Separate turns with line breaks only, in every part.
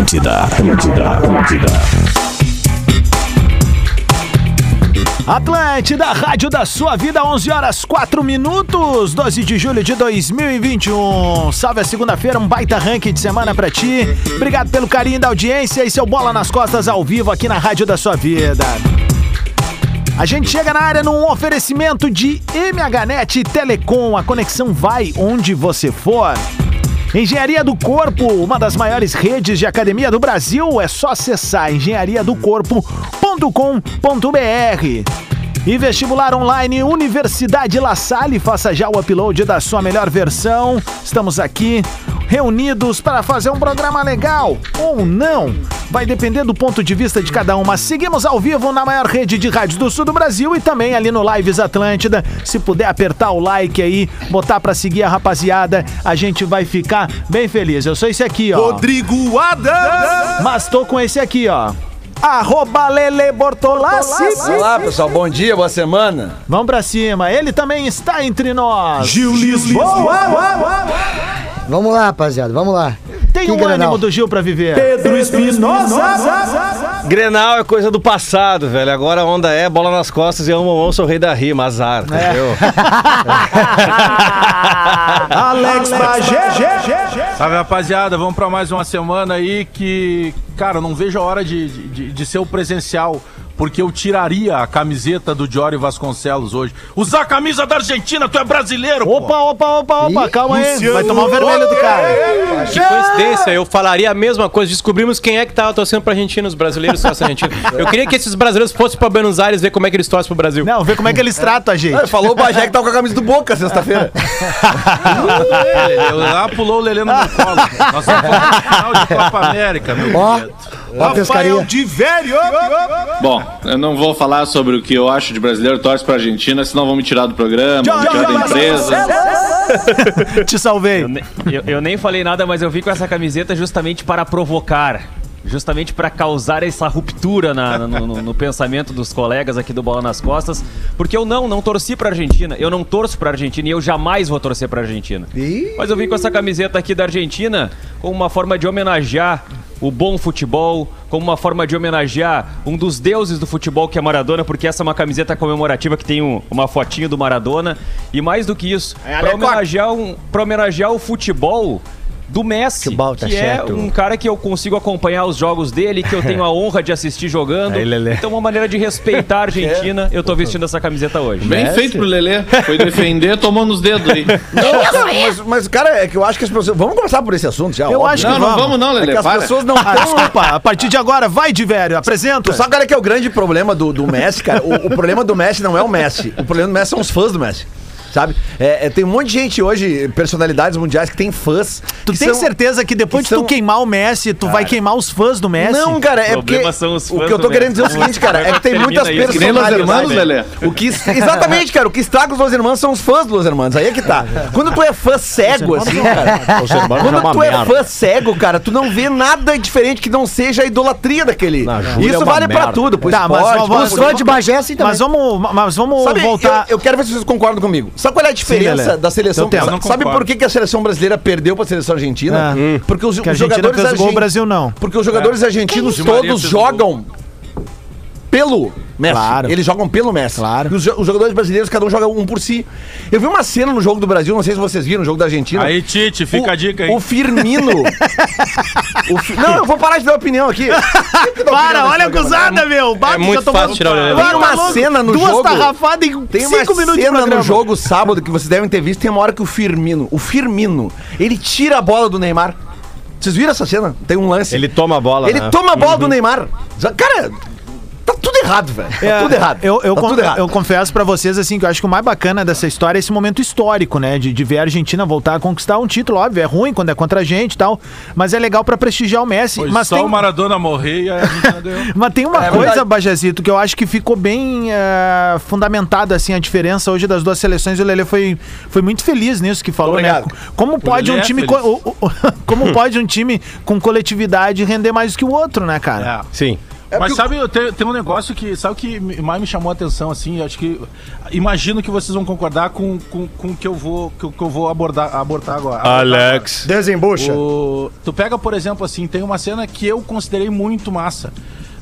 Atlântida, Atlântida, Atlântida. Atlântida, rádio da sua vida, 11 horas 4 minutos, 12 de julho de 2021. Salve a segunda-feira, um baita ranking de semana pra ti. Obrigado pelo carinho da audiência e seu bola nas costas ao vivo aqui na rádio da sua vida. A gente chega na área num oferecimento de MHNet Telecom. A conexão vai onde você for. Engenharia do Corpo, uma das maiores redes de academia do Brasil, é só acessar engenhariadocorpo.com.br. E vestibular online Universidade La Salle, faça já o upload da sua melhor versão. Estamos aqui reunidos para fazer um programa legal ou não. Vai depender do ponto de vista de cada um, mas seguimos ao vivo na maior rede de rádios do sul do Brasil e também ali no Lives Atlântida. Se puder apertar o like aí, botar para seguir a rapaziada, a gente vai ficar bem feliz. Eu sou esse aqui, ó.
Rodrigo Adams!
Mas tô com esse aqui, ó. Arroba Lele Bortolassi.
Olá, pessoal. Bom dia, boa semana.
Vamos pra cima. Ele também está entre nós.
Gil Lisboa!
Vamos lá, rapaziada, vamos lá.
Tem
Que
um
Grenal.
ânimo do Gil pra viver.
Pedro Espinosa!
Grenal é coisa do passado, velho. Agora a onda é bola nas costas e eu amo, sou o rei da rima,
É.
azar, entendeu?
Alex Bagé!
Salve rapaziada, vamos pra mais uma semana aí que, cara, eu não vejo a hora de, de, de ser o presencial, porque eu tiraria a camiseta do Diório Vasconcelos hoje. Usar a camisa da Argentina, tu é brasileiro, pô.
Opa, opa, opa, opa, calma aí.
Luciano
Vai tomar o vermelho do cara.
Que coincidência, eu falaria a mesma coisa. Descobrimos quem é que tava torcendo pra Argentina, os brasileiros torcem Argentina. Eu queria que esses brasileiros fossem pra Buenos Aires ver como é que eles torcem pro Brasil.
Não, vê como é que eles tratam a gente.
Falou o Bajé que tá com a camisa do Boca sexta-feira.
Ele É, lá pulou o Lelê no meu colo. Nós estamos falando de final de Copa América, meu
Ó,
querido.
ó a pescaria.
de velho!
Bom, eu não vou falar sobre o que eu acho de brasileiro torce pra Argentina, senão vão me tirar do programa, vão me tirar da empresa.
Te salvei.
Eu, eu nem falei nada, mas eu vim com essa camiseta justamente para provocar.
É
Justamente para causar essa ruptura na- no, no- no pensamento dos colegas aqui do Bola nas Costas. Porque eu não, não torci para Argentina. Eu não torço para Argentina e eu jamais vou torcer para Argentina. Mas eu vim com essa camiseta aqui da Argentina como uma forma de homenagear o bom futebol, como uma forma de homenagear um dos deuses do futebol que é Maradona, porque essa é uma camiseta comemorativa que tem um- uma fotinha do Maradona. E mais do que isso, para homenagear, um, pra homenagear o futebol do Messi,
Futebol tá
que
certo.
é um cara que eu consigo acompanhar os jogos dele, que eu tenho a honra de assistir jogando.
Aí, Lelê.
então, uma maneira de respeitar a Argentina, eu tô vestindo essa camiseta hoje.
Bem feito pro Lelê. Foi defender, tomou nos dedos aí.
Não, mas, mas, cara, é que eu acho que as pessoas. Vamos começar por esse assunto já.
Eu
óbvio.
acho que
Não, não vamos não,
É
Lelê.
que as
para.
pessoas não
Ah, desculpa, a partir de agora, vai de velho, apresenta.
Tu sabe, cara, que é o grande problema do, do Messi, cara? O, o problema do Messi não é o Messi. O problema do Messi são os fãs do Messi. Sabe? É, é, tem um monte de gente hoje, personalidades mundiais, que tem fãs.
Tu
que
tem
são-
certeza que depois
que
de tu
são-
queimar o Messi, tu vai queimar os fãs do Messi?
Não, cara, é
O problema
porque.
são os
o
fãs
que eu tô
do
querendo dizer é o
Messi.
seguinte, cara, é que tem
Termina
muitas
isso.
personalidades.
Que nem Los Hermanos, Lelê.
O que, exatamente, cara, o que estraga os Los Hermanos são os fãs dos Los Hermanos. Aí é que tá. Quando tu é fã cego, assim,
é
cara. Quando tu é fã cego, cara, tu não vê nada diferente que não seja a idolatria daquele.
é
Isso
uma
vale pra
merda.
tudo, pro
Tá, mas
esporte,
vamos-
Os fãs de Bagé, assim também.
Mas vamos, mas vamos
Sabe,
voltar.
Eu, eu quero ver se vocês concordam comigo. Sabe qual é a diferença
Lelé.
da seleção?
Teu tempo.
Sa-
Eu não
Sabe por
concordo.
que, que a seleção brasileira perdeu pra seleção argentina?
Então Ah.
Porque os,
Que a
os
Argentina
jogadores
fez gol, o
argen-
Brasil não.
Porque os
É.
jogadores argentinos
Di Maria
todos
fez um gol.
jogam pelo Messi.
Claro.
Eles jogam pelo Messi.
Claro.
E os, jo- os jogadores brasileiros, cada um joga um por si. Eu vi uma cena no jogo do Brasil, não sei se vocês viram, no jogo da Argentina.
Aí, Tite, fica
O-
a dica aí.
O Firmino. O Fi- Não, eu vou parar de dar opinião aqui. Tem que dar opinião
Para,
nesse
olha a
programa, né?
gozada, meu.
Ah,
Bah,
É
tu
muito
já tomou-
fácil tirar o Lelé.
Vai,
Tem uma
tá louco?
cena no
Duas
jogo-
tarrafadas em
Tem uma
cinco minutos de
cena no
programa.
jogo sábado que vocês devem ter visto, tem uma hora que o Firmino, o Firmino, ele tira a bola do Neymar. Vocês viram essa cena? Tem um lance.
Ele toma a bola,
Ele
né?
toma a bola do Neymar. Cara, tá tudo errado, velho.
É,
tá tudo errado.
Eu, eu
tá
con-
tudo errado.
eu confesso pra vocês assim que eu acho que o mais bacana dessa história é esse momento histórico, né? De, de ver a Argentina voltar a conquistar um título. Óbvio, é ruim quando é contra a gente e tal, mas é legal pra prestigiar o Messi.
Foi
mas
só
tem...
o Maradona morrer e a Argentina ganhou.
Mas tem uma
É
coisa,
verdade.
Bajazito, que eu acho que ficou bem eh, fundamentada assim a diferença hoje das duas seleções. O Lele foi, foi muito feliz nisso que falou,
Obrigado.
né? Como pode um
Lelé é
time
feliz.
co- o- o- como pode um time com coletividade render mais que o outro, né, cara?
É.
Sim.
Mas sabe, eu te- tem um negócio que sabe o que me- mais me chamou a atenção, assim, eu acho que. Imagino que vocês vão concordar com, com, com o que eu vou, que, eu- que eu vou abordar, abordar agora.
Alex.
Desembucha.
O- tu pega, por exemplo, assim, tem uma cena que eu considerei muito massa.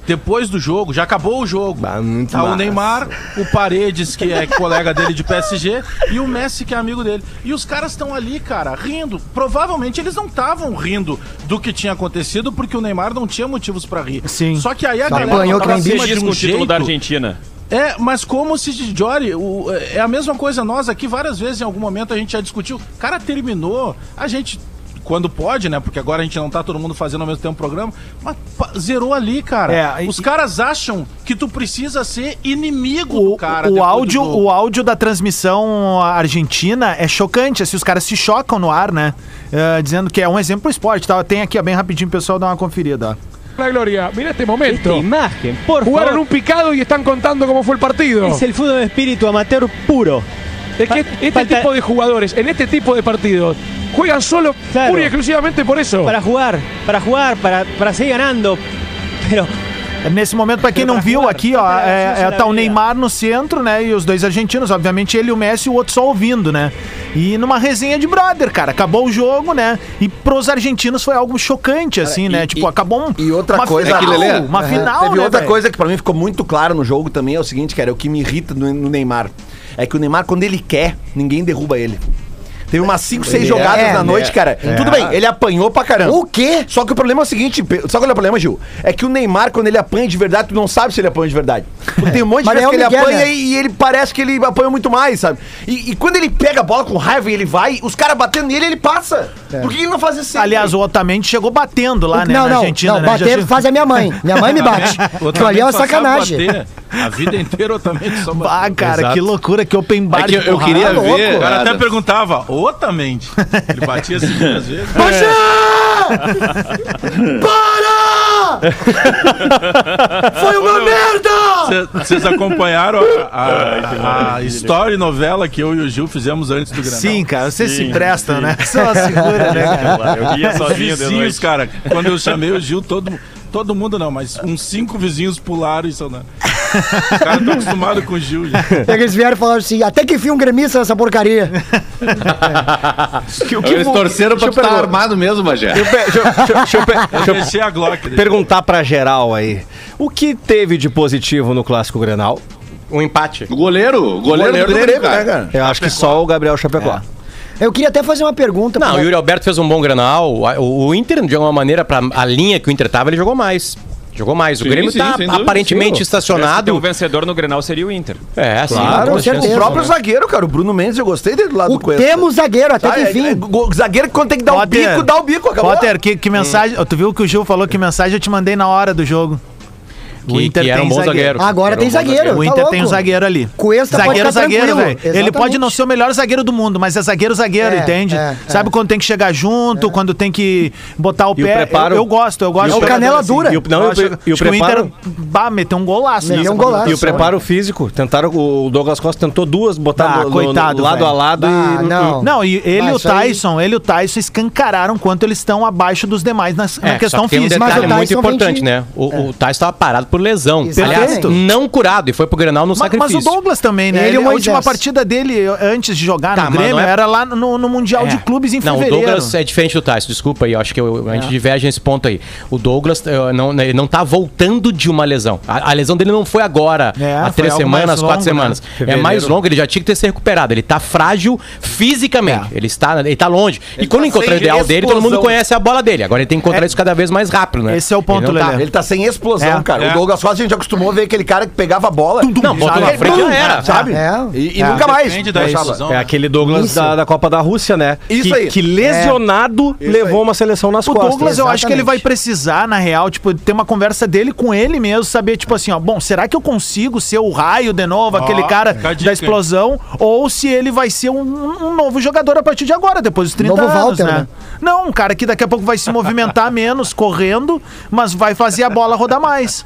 Depois do jogo, já acabou o jogo.
Bah, muito
tá
massa.
o Neymar, o Paredes, que é colega dele de PSG, e o Messi, que é amigo dele. E os caras estão ali, cara, rindo. Provavelmente eles não estavam rindo do que tinha acontecido, porque o Neymar não tinha motivos pra rir.
Sim.
Só que aí a
Só
galera
apanhou
tava
que nem
acima
Diz
de
com
um
o título
jeito.
da Argentina.
É, mas como se de Jory, o- é a mesma coisa nós aqui várias vezes em algum momento a gente já discutiu. Cara, terminou, a gente quando pode, né? Porque agora a gente não tá todo mundo fazendo ao mesmo tempo o programa, mas pa- zerou ali, cara.
É, e-
Os caras acham que tu precisa ser inimigo
O,
do cara.
o
depois do
áudio,
jogo.
o áudio da transmissão argentina é chocante, assim, os caras se chocam no ar, né? Eh, dizendo que é um exemplo pro esporte, tá? Tem aqui, ó, bem rapidinho, pessoal, dá uma conferida, ó.
La gloria, mira este momento.
Imagem, por
Jugaron un picado y están contando cómo fue el partido.
Es el fútbol de espíritu amateur puro.
Es que este
Falta-
tipo de jugadores, en este tipo de partidos, juegan solo
Claro.
pura y exclusivamente por eso.
Para jugar, para jugar, para, para seguir ganando. Pero
Nesse momento, pra quem não viu aqui, ó,
assim,
é, é, tá o Neymar no centro, né? E os dois argentinos, obviamente, ele e o Messi, o outro só ouvindo, né? E numa resenha de brother, cara. Acabou o jogo, né? E pros argentinos foi algo chocante, assim, né? tipo, acabou um,
e outra
uma
coisa-
final,
É que, Lelê,
uma
Aham.
final,
Teve
né,
outra
velho?
coisa que pra mim ficou muito claro no jogo também é o seguinte, cara, é o que me irrita no, no Neymar. É que o Neymar, quando ele quer, ninguém derruba ele. Teve umas 5, 6 jogadas
é,
na noite, cara. Tudo bem, ele apanhou pra caramba.
O quê?
Só que o problema é o seguinte, pe- sabe qual é o problema, Gil? É que o Neymar, quando ele apanha de verdade, tu não sabe se ele apanha de verdade. Porque tem um monte de
Mas
vezes
é o
que ele
Miguel,
apanha
né?
e ele parece que ele apanha muito mais, sabe? E, e quando ele pega a bola com raiva e ele vai, os caras batendo nele, ele passa.
É.
Por que ele não faz assim? isso sempre?
Aliás, o Otamendi chegou batendo lá, né?
não,
na
não,
Argentina,
não,
né? Já
bater
se-
faz a minha mãe. Minha mãe me bate. Aquilo ali é uma
só sabe
sacanagem.
bater. A vida inteira eu também só
Ah,
bati.
cara, que loucura, que open bar
É que eu,
de
eu
porrada.
queria ver.
O cara até
Adam,
perguntava, otamente. Ele batia assim muitas vezes.
É.
Foi uma merda!
Cê- Vocês acompanharam a, a- a story novela que eu e o Gil fizemos antes do Granal?
Sim, cara, vocês se prestam, né? Só segura, né, cara?
Eu ia
Os
sozinho de
vizinhos,
noite.
cara. Quando eu chamei o Gil, todo, todo mundo não, mas uns cinco vizinhos pularam isso, né? Os caras estão acostumados com o Gil, gente.
É Eles vieram e falaram assim: até que enfim um gremista nessa porcaria.
Eles torceram pra tu estar armado mesmo, Bagé.
Eu deixei a Glock. né?
perguntar para geral aí, o que teve de positivo no clássico Grenal?
Um empate.
O goleiro, o goleiro, do Grêmio,
né,
cara.
Eu acho que só o Gabriel Chapecó.
Eu queria até fazer uma pergunta.
Não,
pro-
o Yuri Alberto fez um bom granal. O, o Inter, de alguma maneira, pra a linha que o Inter tava, ele jogou mais. Jogou mais. O
Sim,
Grêmio
sim,
tá
sem dúvida.
aparentemente
Nada. O
estacionado.
um vencedor no Grenal seria o Inter.
É, sim.
Claro,
com
o
certeza.
próprio zagueiro, cara. O Bruno Mendes, eu gostei dele do lado do
Ah, o
Cuesta.
temos zagueiro, até
Sabe,
que
é- é
enfim.
go- zagueiro que quando tem que dar
Potter,
o bico, dá o bico, acabou.
Potter, que, que mensagem. Tu viu que o Gil falou que mensagem eu te mandei na hora do jogo.
Que- que era um bom zagueiro.
Agora
Era
tem
um bom
zagueiro.
O
tá
Inter tem um
louco.
zagueiro ali.
Cuesta pode
zagueiro,
ficar
zagueiro,
tranquilo.
velho. Ele
Exatamente.
pode não ser o melhor zagueiro do mundo, mas é zagueiro, zagueiro,
É,
entende?
é,
Sabe quando tem que chegar junto, quando tem que botar o
E o
pé.
preparo-
eu, eu gosto, eu
É
gosto.
o canela dura.
E o- não,
Eu
e o-
acho-
e o
acho que
preparo-
O Inter, bah, meteu um golaço.
Meteu
nessa
um golaço.
E o
partida.
preparo físico, tentaram, o Douglas Costa tentou duas,
Ah,
botar no- no-
coitado,
no lado
velho.
a lado
Ah,
e
não.
Não, e ele e
Mas
o
isso aí-
Tyson, ele e o Tyson escancararam quanto eles estão abaixo dos demais na, na
É,
questão
só que tem um
física.
Mas
detalhe
o
muito
Tyson vem
importante,
de-
né? O,
É.
o Tyson estava parado por lesão.
Exatamente.
Aliás, não curado e foi pro Grenal no
Mas, mas
sacrifício.
o Douglas também, né?
Ele e
Ele,
o
a última
Moisés.
partida dele eu, antes de jogar
Tá,
no
mas
Grêmio
não é-
era lá no, no Mundial de
É.
Clubes em
não,
fevereiro. É.
o Douglas é diferente do Tyson, desculpa aí, eu acho que eu- a gente diverge nesse ponto aí. O Douglas eh, não, ele não tá voltando de uma lesão. A, a lesão dele não foi agora,
É,
há
foi
três
algo
semanas,
mais
quatro
longo, né?
semanas. É mais longo, ele já tinha que ter se recuperado. Ele tá frágil
É.
fisicamente, ele, está, ele tá longe. e quando
tá
encontrar o
sem
ideal dele, todo mundo
explosão.
conhece a bola dele. Agora ele tem que encontrar isso cada vez mais rápido, né?
É. Esse é o ponto,
Ele não
Lelé.
Ele tá sem explosão,
É.
cara.
É.
O Douglas Costa, a gente já acostumou a ver aquele cara que pegava a bola.
Não, botou
é
na frente já era.
Sabe?
É.
E, e nunca mais.
Depende da
Eu achava.
decisão.
É
né?
aquele Douglas da, da Copa da Rússia, né?
Isso
que,
aí.
que lesionado levou uma seleção nas
É. O
costas.
Douglas, eu acho que ele vai precisar, na real, tipo, ter uma conversa dele com ele mesmo, saber, tipo assim, ó, bom, será que eu consigo ser o raio de novo, aquele cara
fica a dica,
da explosão, ou se ele vai ser um, um novo jogador a partir de agora, depois dos 30
Novo
anos,
Walter,
né?
né?
Não, um cara que daqui a pouco vai se movimentar menos, correndo, mas vai fazer a bola rodar mais.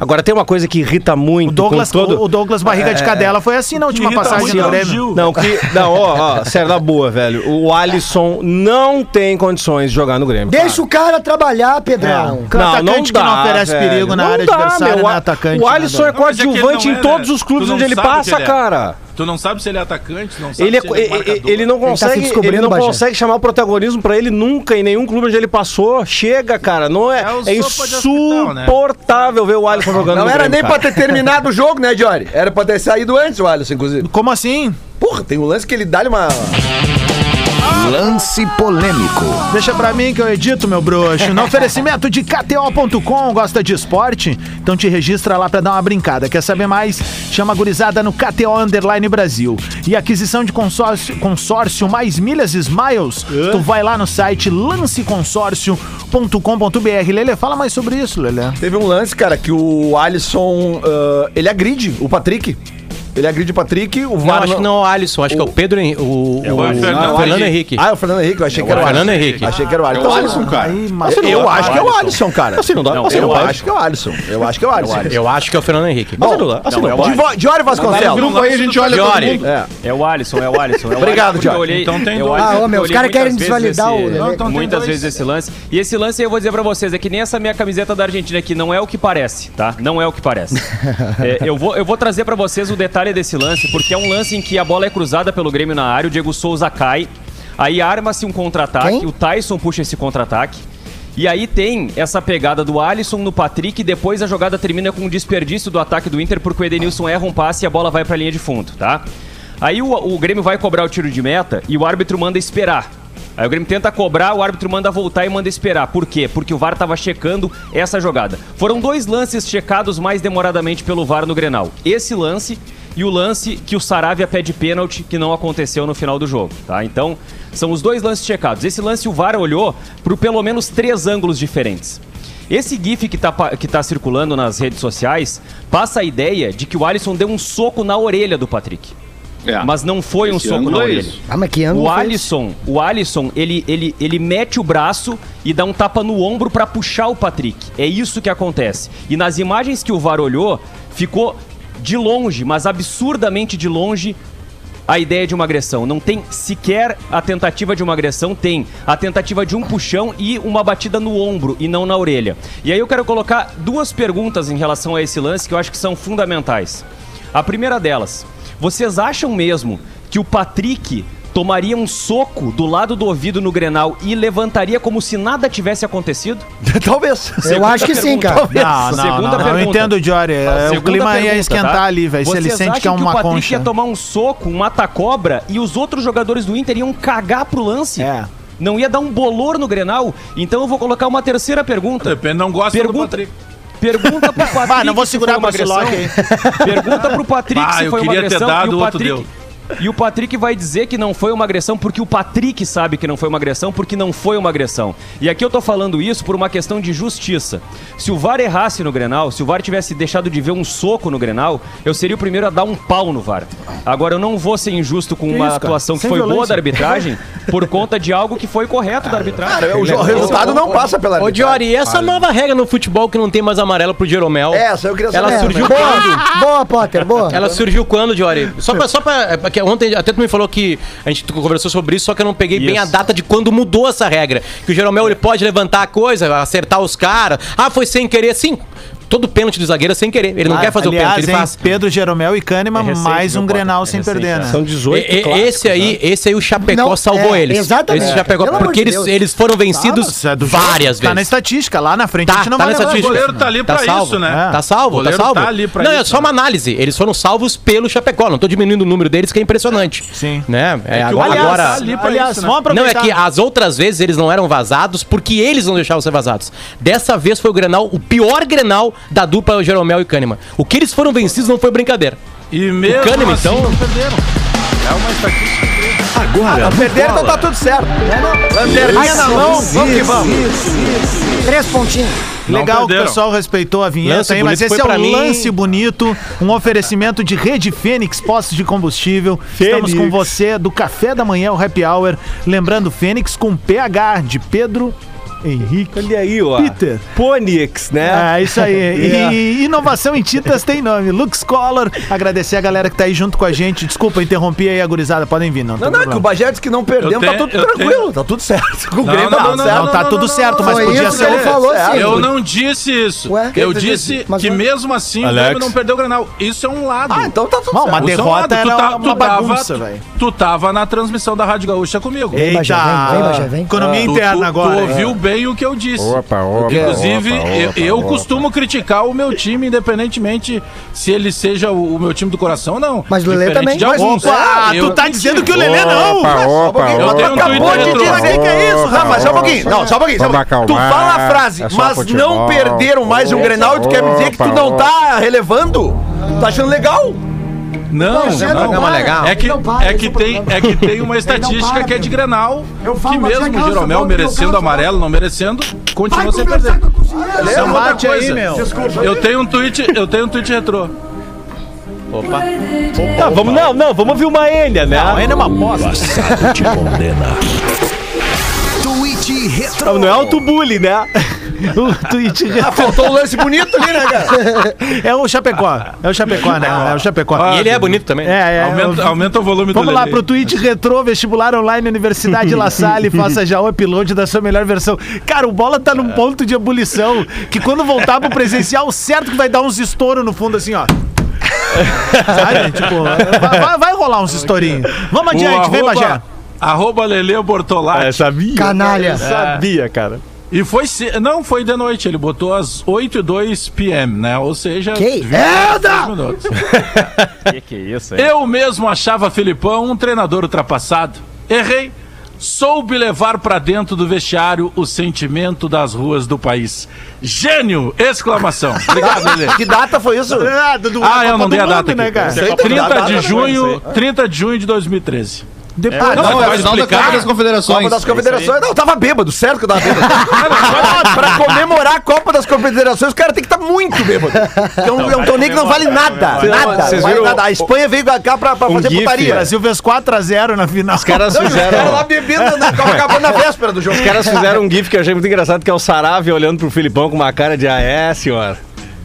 Agora, tem uma coisa que irrita muito.
O Douglas,
com todo...
o Douglas Barriga de
É,
Cadela foi assim na última
irrita
Tá
passagem
muito,
do
não,
Grêmio.
Não, que. Não, ó, ó, sério, na boa, velho. O Alisson não tem condições de jogar no Grêmio. É.
Deixa o cara trabalhar, Pedrão.
Não, atacante que não oferece perigo na área adversária,
meu.
né, atacante,
O
né,
Alisson é
Douglas?
Mas é que ele
coadjuvante
não
em
é,
todos
né?
os clubes
Tu não
onde ele
sabe
passa,
que é.
cara.
Tu não sabe se ele é atacante, não sabe
Ele, é-
se ele é
e- e-
marcador.
ele não
tá se
consegue, ele,
descobrindo,
não
Bagé.
consegue chamar o protagonismo pra ele nunca em nenhum clube onde ele passou. Chega, cara, não é,
É o
é
sopa de hospital, né?
insuportável ver o Alisson jogando.
Não
no
era
Grêmio,
nem
cara.
pra ter terminado o jogo, né, Jory? Era pra ter saído antes o Alisson, inclusive.
Como assim?
Porra, tem um lance que ele dá-lhe uma.
Lance polêmico.
Deixa pra mim que eu edito, meu bruxo. No oferecimento de KTO.com, gosta de esporte? Então te registra lá pra dar uma brincada. Quer saber mais? Chama a gurizada no KTO Underline Brasil. E aquisição de consórcio, consórcio mais milhas e smiles?
É?
Tu vai lá no site lanceconsórcio.com.br. Lele, fala mais sobre isso, Lele.
Teve um lance, cara, que o Alisson. ah, ele agride o Patrick. Ele agride o Patrick, o
Não,
VAR.
acho que não é o Alisson, acho que é o Pedro Hen- o, o, o
Fernando
Fernando
Henrique.
Henrique.
Ah, é o Fernando Henrique, eu achei que
o
era o Alisson.
Fernando Henrique.
Achei que era o
É
Alisson.
o Alisson, cara.
Aí,
Eu,
Marcelo.
eu acho que é o Alisson, cara.
Assim não dá, assim não
eu
pode.
acho que é o Alisson. Eu acho que é o Alisson.
Eu acho que é o Fernando Henrique.
Bom,
não dá, assim não
é
não,
pode.
Divo- Diório
No
Vasconcelos.
grupo aí a gente olha todo
Fiore.
mundo.
É o Alisson, é o Alisson. É o
Obrigado,
Alisson, porque
Thiago.
Eu olhei,
Então tem
eu
dois.
olhei-
Ah, ô, meu,
eu
os caras
olhei muitas
querem
vezes
desvalidar
esse-
o Lele.
Não, então tem
muitas
dois.
vezes esse lance. E esse lance eu vou dizer pra vocês, é que nem essa minha camiseta da Argentina aqui, não é o que parece, tá? Não é o que parece. É, eu, vou, eu vou trazer pra vocês o detalhe desse lance, porque é um lance em que a bola é cruzada pelo Grêmio na área, o Diego Souza cai, aí arma-se um contra-ataque,
Quem?
o Tyson puxa esse contra-ataque. E aí tem essa pegada do Alisson no Patrick, e depois a jogada termina com um desperdício do ataque do Inter, porque o Edenilson erra um passe e a bola vai pra linha de fundo, tá? Aí o, o Grêmio vai cobrar o tiro de meta e o árbitro manda esperar. Aí o Grêmio tenta cobrar, o árbitro manda voltar e manda esperar. Por quê? Porque o VAR tava checando essa jogada. Foram dois lances checados mais demoradamente pelo VAR no Grenal. Esse lance e o lance que o Saravia pede pênalti, que não aconteceu no final do jogo, tá? Então, são os dois lances checados. Esse lance o VAR olhou para pelo menos três ângulos diferentes. Esse GIF que tá, pa- que tá circulando nas redes sociais passa a ideia de que o Alisson deu um soco na orelha do Patrick.
É.
Mas não foi um
Esse
soco
ângulo
na
é
orelha.
isso.
Ah, mas que ângulo
O
foi
Alisson, o Alisson, ele, ele, ele mete o braço e dá um tapa no ombro pra puxar o Patrick. É isso que acontece. E nas imagens que o VAR olhou, ficou de longe, mas absurdamente de longe a ideia de uma agressão. Não tem sequer a tentativa de uma agressão, tem a tentativa de um puxão e uma batida no ombro e não na orelha. E aí eu quero colocar duas perguntas em relação a esse lance que eu acho que são fundamentais. A primeira delas, vocês acham mesmo que o Patrick tomaria um soco do lado do ouvido no Grenal e levantaria como se nada tivesse acontecido?
Talvez.
Eu acho que sim, cara.
Ah, Não, não, não,
Segunda
não, eu
pergunta.
entendo o Jory. É, O
Segunda
clima ia
pergunta,
esquentar
tá?
ali, velho. Se ele
Vocês
sente que é
acham o
uma
Patrick
concha.
ia tomar um soco, um mata-cobra e os outros jogadores do Inter iam cagar pro lance?
É.
Não ia dar um bolor no Grenal? Então eu vou colocar uma terceira pergunta.
Depende, não gosta do
Pergunta.
Patrick.
Pergunta pro Patrick.
Vai, não vou
se
segurar
foi uma
pra esse lock
agressão. Pergunta pro Patrick
Ah,
se
eu
foi uma
queria ter
agressão.
dado,
e o
outro
Patrick.
deu.
E o Patrick vai dizer que não foi uma agressão porque o Patrick sabe que não foi uma agressão porque não foi uma agressão. E aqui eu tô falando isso por uma questão de justiça. Se o VAR errasse no Grenal, se o VAR tivesse deixado de ver um soco no Grenal, eu seria o primeiro a dar um pau no VAR. Agora eu não vou ser injusto com uma
isso, cara?
atuação que
Sem
foi boa
violência.
da arbitragem por conta de algo que foi correto da arbitragem.
Cara, o jo- resultado não passa pela
Ô,
arbitragem.
Diori, e essa nova regra no futebol que não tem mais amarelo pro Jeromel?
Essa, eu queria saber.
Ela
É,
surgiu
mas-
um
quando?
Boa, Potter, boa.
Ela surgiu quando, Diori? Só pra, só pra. é, Porque ontem até tu me falou que a gente conversou sobre isso, só que eu não peguei bem a data de quando mudou essa regra. Que o Jeromel ele pode levantar a coisa, acertar os caras. Ah, foi sem querer, sim. Todo pênalti do zagueiro é sem querer. Ele não quer fazer
Ah,
o
Aliás,
pênalti, ele
hein,
faz.
Pedro, Jeromel e Kahneman,
É recente,
mais
meu
um
Potter,
Grenal
é
sem
recente,
perder,
é.
né?
São
E-
18
e- esse aí, esse aí o Chapecó
Não,
salvou
é,
eles.
exatamente.
Esse Chapecó,
Pelo amor
porque
de
eles,
Deus.
eles foram
Ah,
vencidos
isso é do jogo.
várias
Tá na
vezes.
estatística, lá na frente a
Tá,
gente não
tá
vai
na
levar.
estatística.
O goleiro tá ali pra
salvo.
isso, né?
Tá salvo,
O
tá
goleiro
salvo.
tá ali pra
não, é
isso,
só
né?
uma análise. Eles foram salvos pelo Chapecó. Não tô diminuindo o número deles, que é impressionante.
Sim.
Né? É,
que o
agora,
goleiro
agora-
tá ali pra
Aliás,
isso, né?
vamos
Não, é
aproveitar.
que as outras vezes eles não eram vazados porque eles não deixavam ser vazados. Dessa vez foi o Grenal, o pior Grenal da dupla Jeromel e Kahneman. O que eles foram vencidos não foi brincadeira.
E mesmo
Kahneman,
assim,
então?
não perderam. É uma estatística.
Agora,
Perderam, então tá tudo certo.
é
Lanterninha na mão, vamos que vamos.
Três pontinhos.
Não
Legal que o
perderam.
pessoal respeitou a vinheta
Lance
aí, mas
bonito
esse é
foi
o
pra mim.
lance bonito, um oferecimento de Rede Fênix, postos de combustível. Estamos com você do café da manhã, o happy hour. Lembrando, Fênix com PH de Pedro Henrique.
Olha aí, ó.
Peter.
Ponix, né?
Ah, isso aí.
É.
E inovação em tintas tem nome. Lux Color. Agradecer a galera que tá aí junto com a gente. Desculpa, interrompi aí a gurizada. Podem vir, não.
Não, não, é que o Bagé disse que não
Eu
perdemos, tá
tenho-
tudo
eu
tranquilo,
tenho-
tá tudo certo. Com o
Não,
Grêmio tá
não,
tudo
não,
certo.
Não, tá tudo certo, mas
Foi
podia
isso
ser.
que ele falou, sim.
Eu não disse isso.
Ué?
eu
Quem
disse
Mas
que
ué.
mesmo assim o
Alex.
Grêmio não perdeu o Granal. Isso é um lado.
Ah, então tá tudo
Não, uma
certo.
Isso é um
derrota
lado. Tu
era
tá-
uma
tu tava-
bagunça, velho.
Tu tava na transmissão da Rádio Gaúcha comigo.
Vem,
é
Bagé, vem, vem, Bagé, vem.
Economia
Tu-
interna
tu,
agora. é.
Tu ouviu bem o que eu disse.
opa,
Inclusive,
opa,
eu,
opa,
eu
opa.
costumo criticar o meu time, independentemente se ele seja o, o meu time do coração ou não.
Mas o Lelê
Diferente
também.
de
Mas
alguns.
Opa,
É,
um tu
eu
tá
critico.
dizendo que o Lelê não.
Opa, opa,
Eu
opa.
tenho um
tu acabou
Twitter
de
retrô.
dizer que é isso,
Opa,
Rafa, só um
opa.
pouquinho. Não, só um pouquinho. Só um
Vamos
pouquinho. Tu
acalmar,
fala a frase,
é só
mas
futebol.
não perderam mais um
Opa,
Grenal e tu quer me dizer que tu
opa,
não
opa.
tá relevando? Tu tá achando legal?
Não,
Não,
não.
não, mas legal.
É que,
Não para,
é,
esse
que
é o
tem,
problema.
é que tem uma
Ele não
estatística
para,
que é de
meu.
Grenal,
Eu falo,
que
mas
mesmo
é
o
calça,
Jeromel
bom, meu
merecendo
calça,
amarelo, não merecendo, continua sem
conversar
perder.
com a cozinheira.
Isso é uma outra
Bate aí,
coisa.
meu.
Eu tenho um tweet, eu tenho um tweet retrô.
Opa.
Tá, vamos, não, não, vamos ouvir uma Enya, né?
um Não, ainda é uma bosta.
Passado te condena. Twitch retro.
Não é autobully, né?
O tweet já-
Faltou um lance bonito ali, né, cara?
É o Chapecó. É o Chapecó, né? É o Chapecó.
E ele é bonito também.
É, é.
Aumenta,
eu-
aumenta o volume do
Vamos lá
Lelê.
pro tweet retrô, vestibular online, Universidade La Salle, faça já o upload da sua melhor versão. Cara, o Bola tá num ponto de ebulição que quando voltar pro presencial, certo que vai dar uns estouro no fundo assim, ó. Sabe? Tipo, vai, vai- vai rolar uns estourinhos. Vamos
O
adiante, vem,
arroba-
Bagé.
Arroba Lelê Bortolatti.
sabia?
Canalha.
Eu sabia, cara.
E foi. ce- Não, foi de noite. Ele botou às 8 e 2 p.m., né? Ou seja.
Que
26 minutos.
Que que é isso, hein?
Eu mesmo achava Filipão um treinador ultrapassado. Errei. Soube levar pra dentro do vestiário o sentimento das ruas do país. Gênio! Exclamação. Obrigado, Lelê.
Que data foi isso?
Ah, do- do-
Ah,
Copa
eu não
do
dei a
Mundo,
data
né,
aqui.
cara?
aí
30 de
foi
junho,
isso
30 de junho de 2013.
Depois-
não,
Não,
vai
é o final da
explicar.
Copa das
é
Confederações.
Copa das Confederações. Não, eu tava bêbado, certo que eu tava bêbado. Pra- pra comemorar a Copa das Confederações, o cara tem que estar muito bêbado. É um, é um torneio que não vale nada. Nada.
Vocês
não vale
viram
nada. A Espanha veio cá pra, pra
um
fazer
gif,
O
putaria.
Brasil fez 4x0 na final. Os
caras
Os caras lá bebendo na Copa acabou na véspera do jogo.
Os caras fizeram um gif que eu achei muito engraçado, que é o Saravia olhando pro Filipão com uma cara de ah, é, senhora.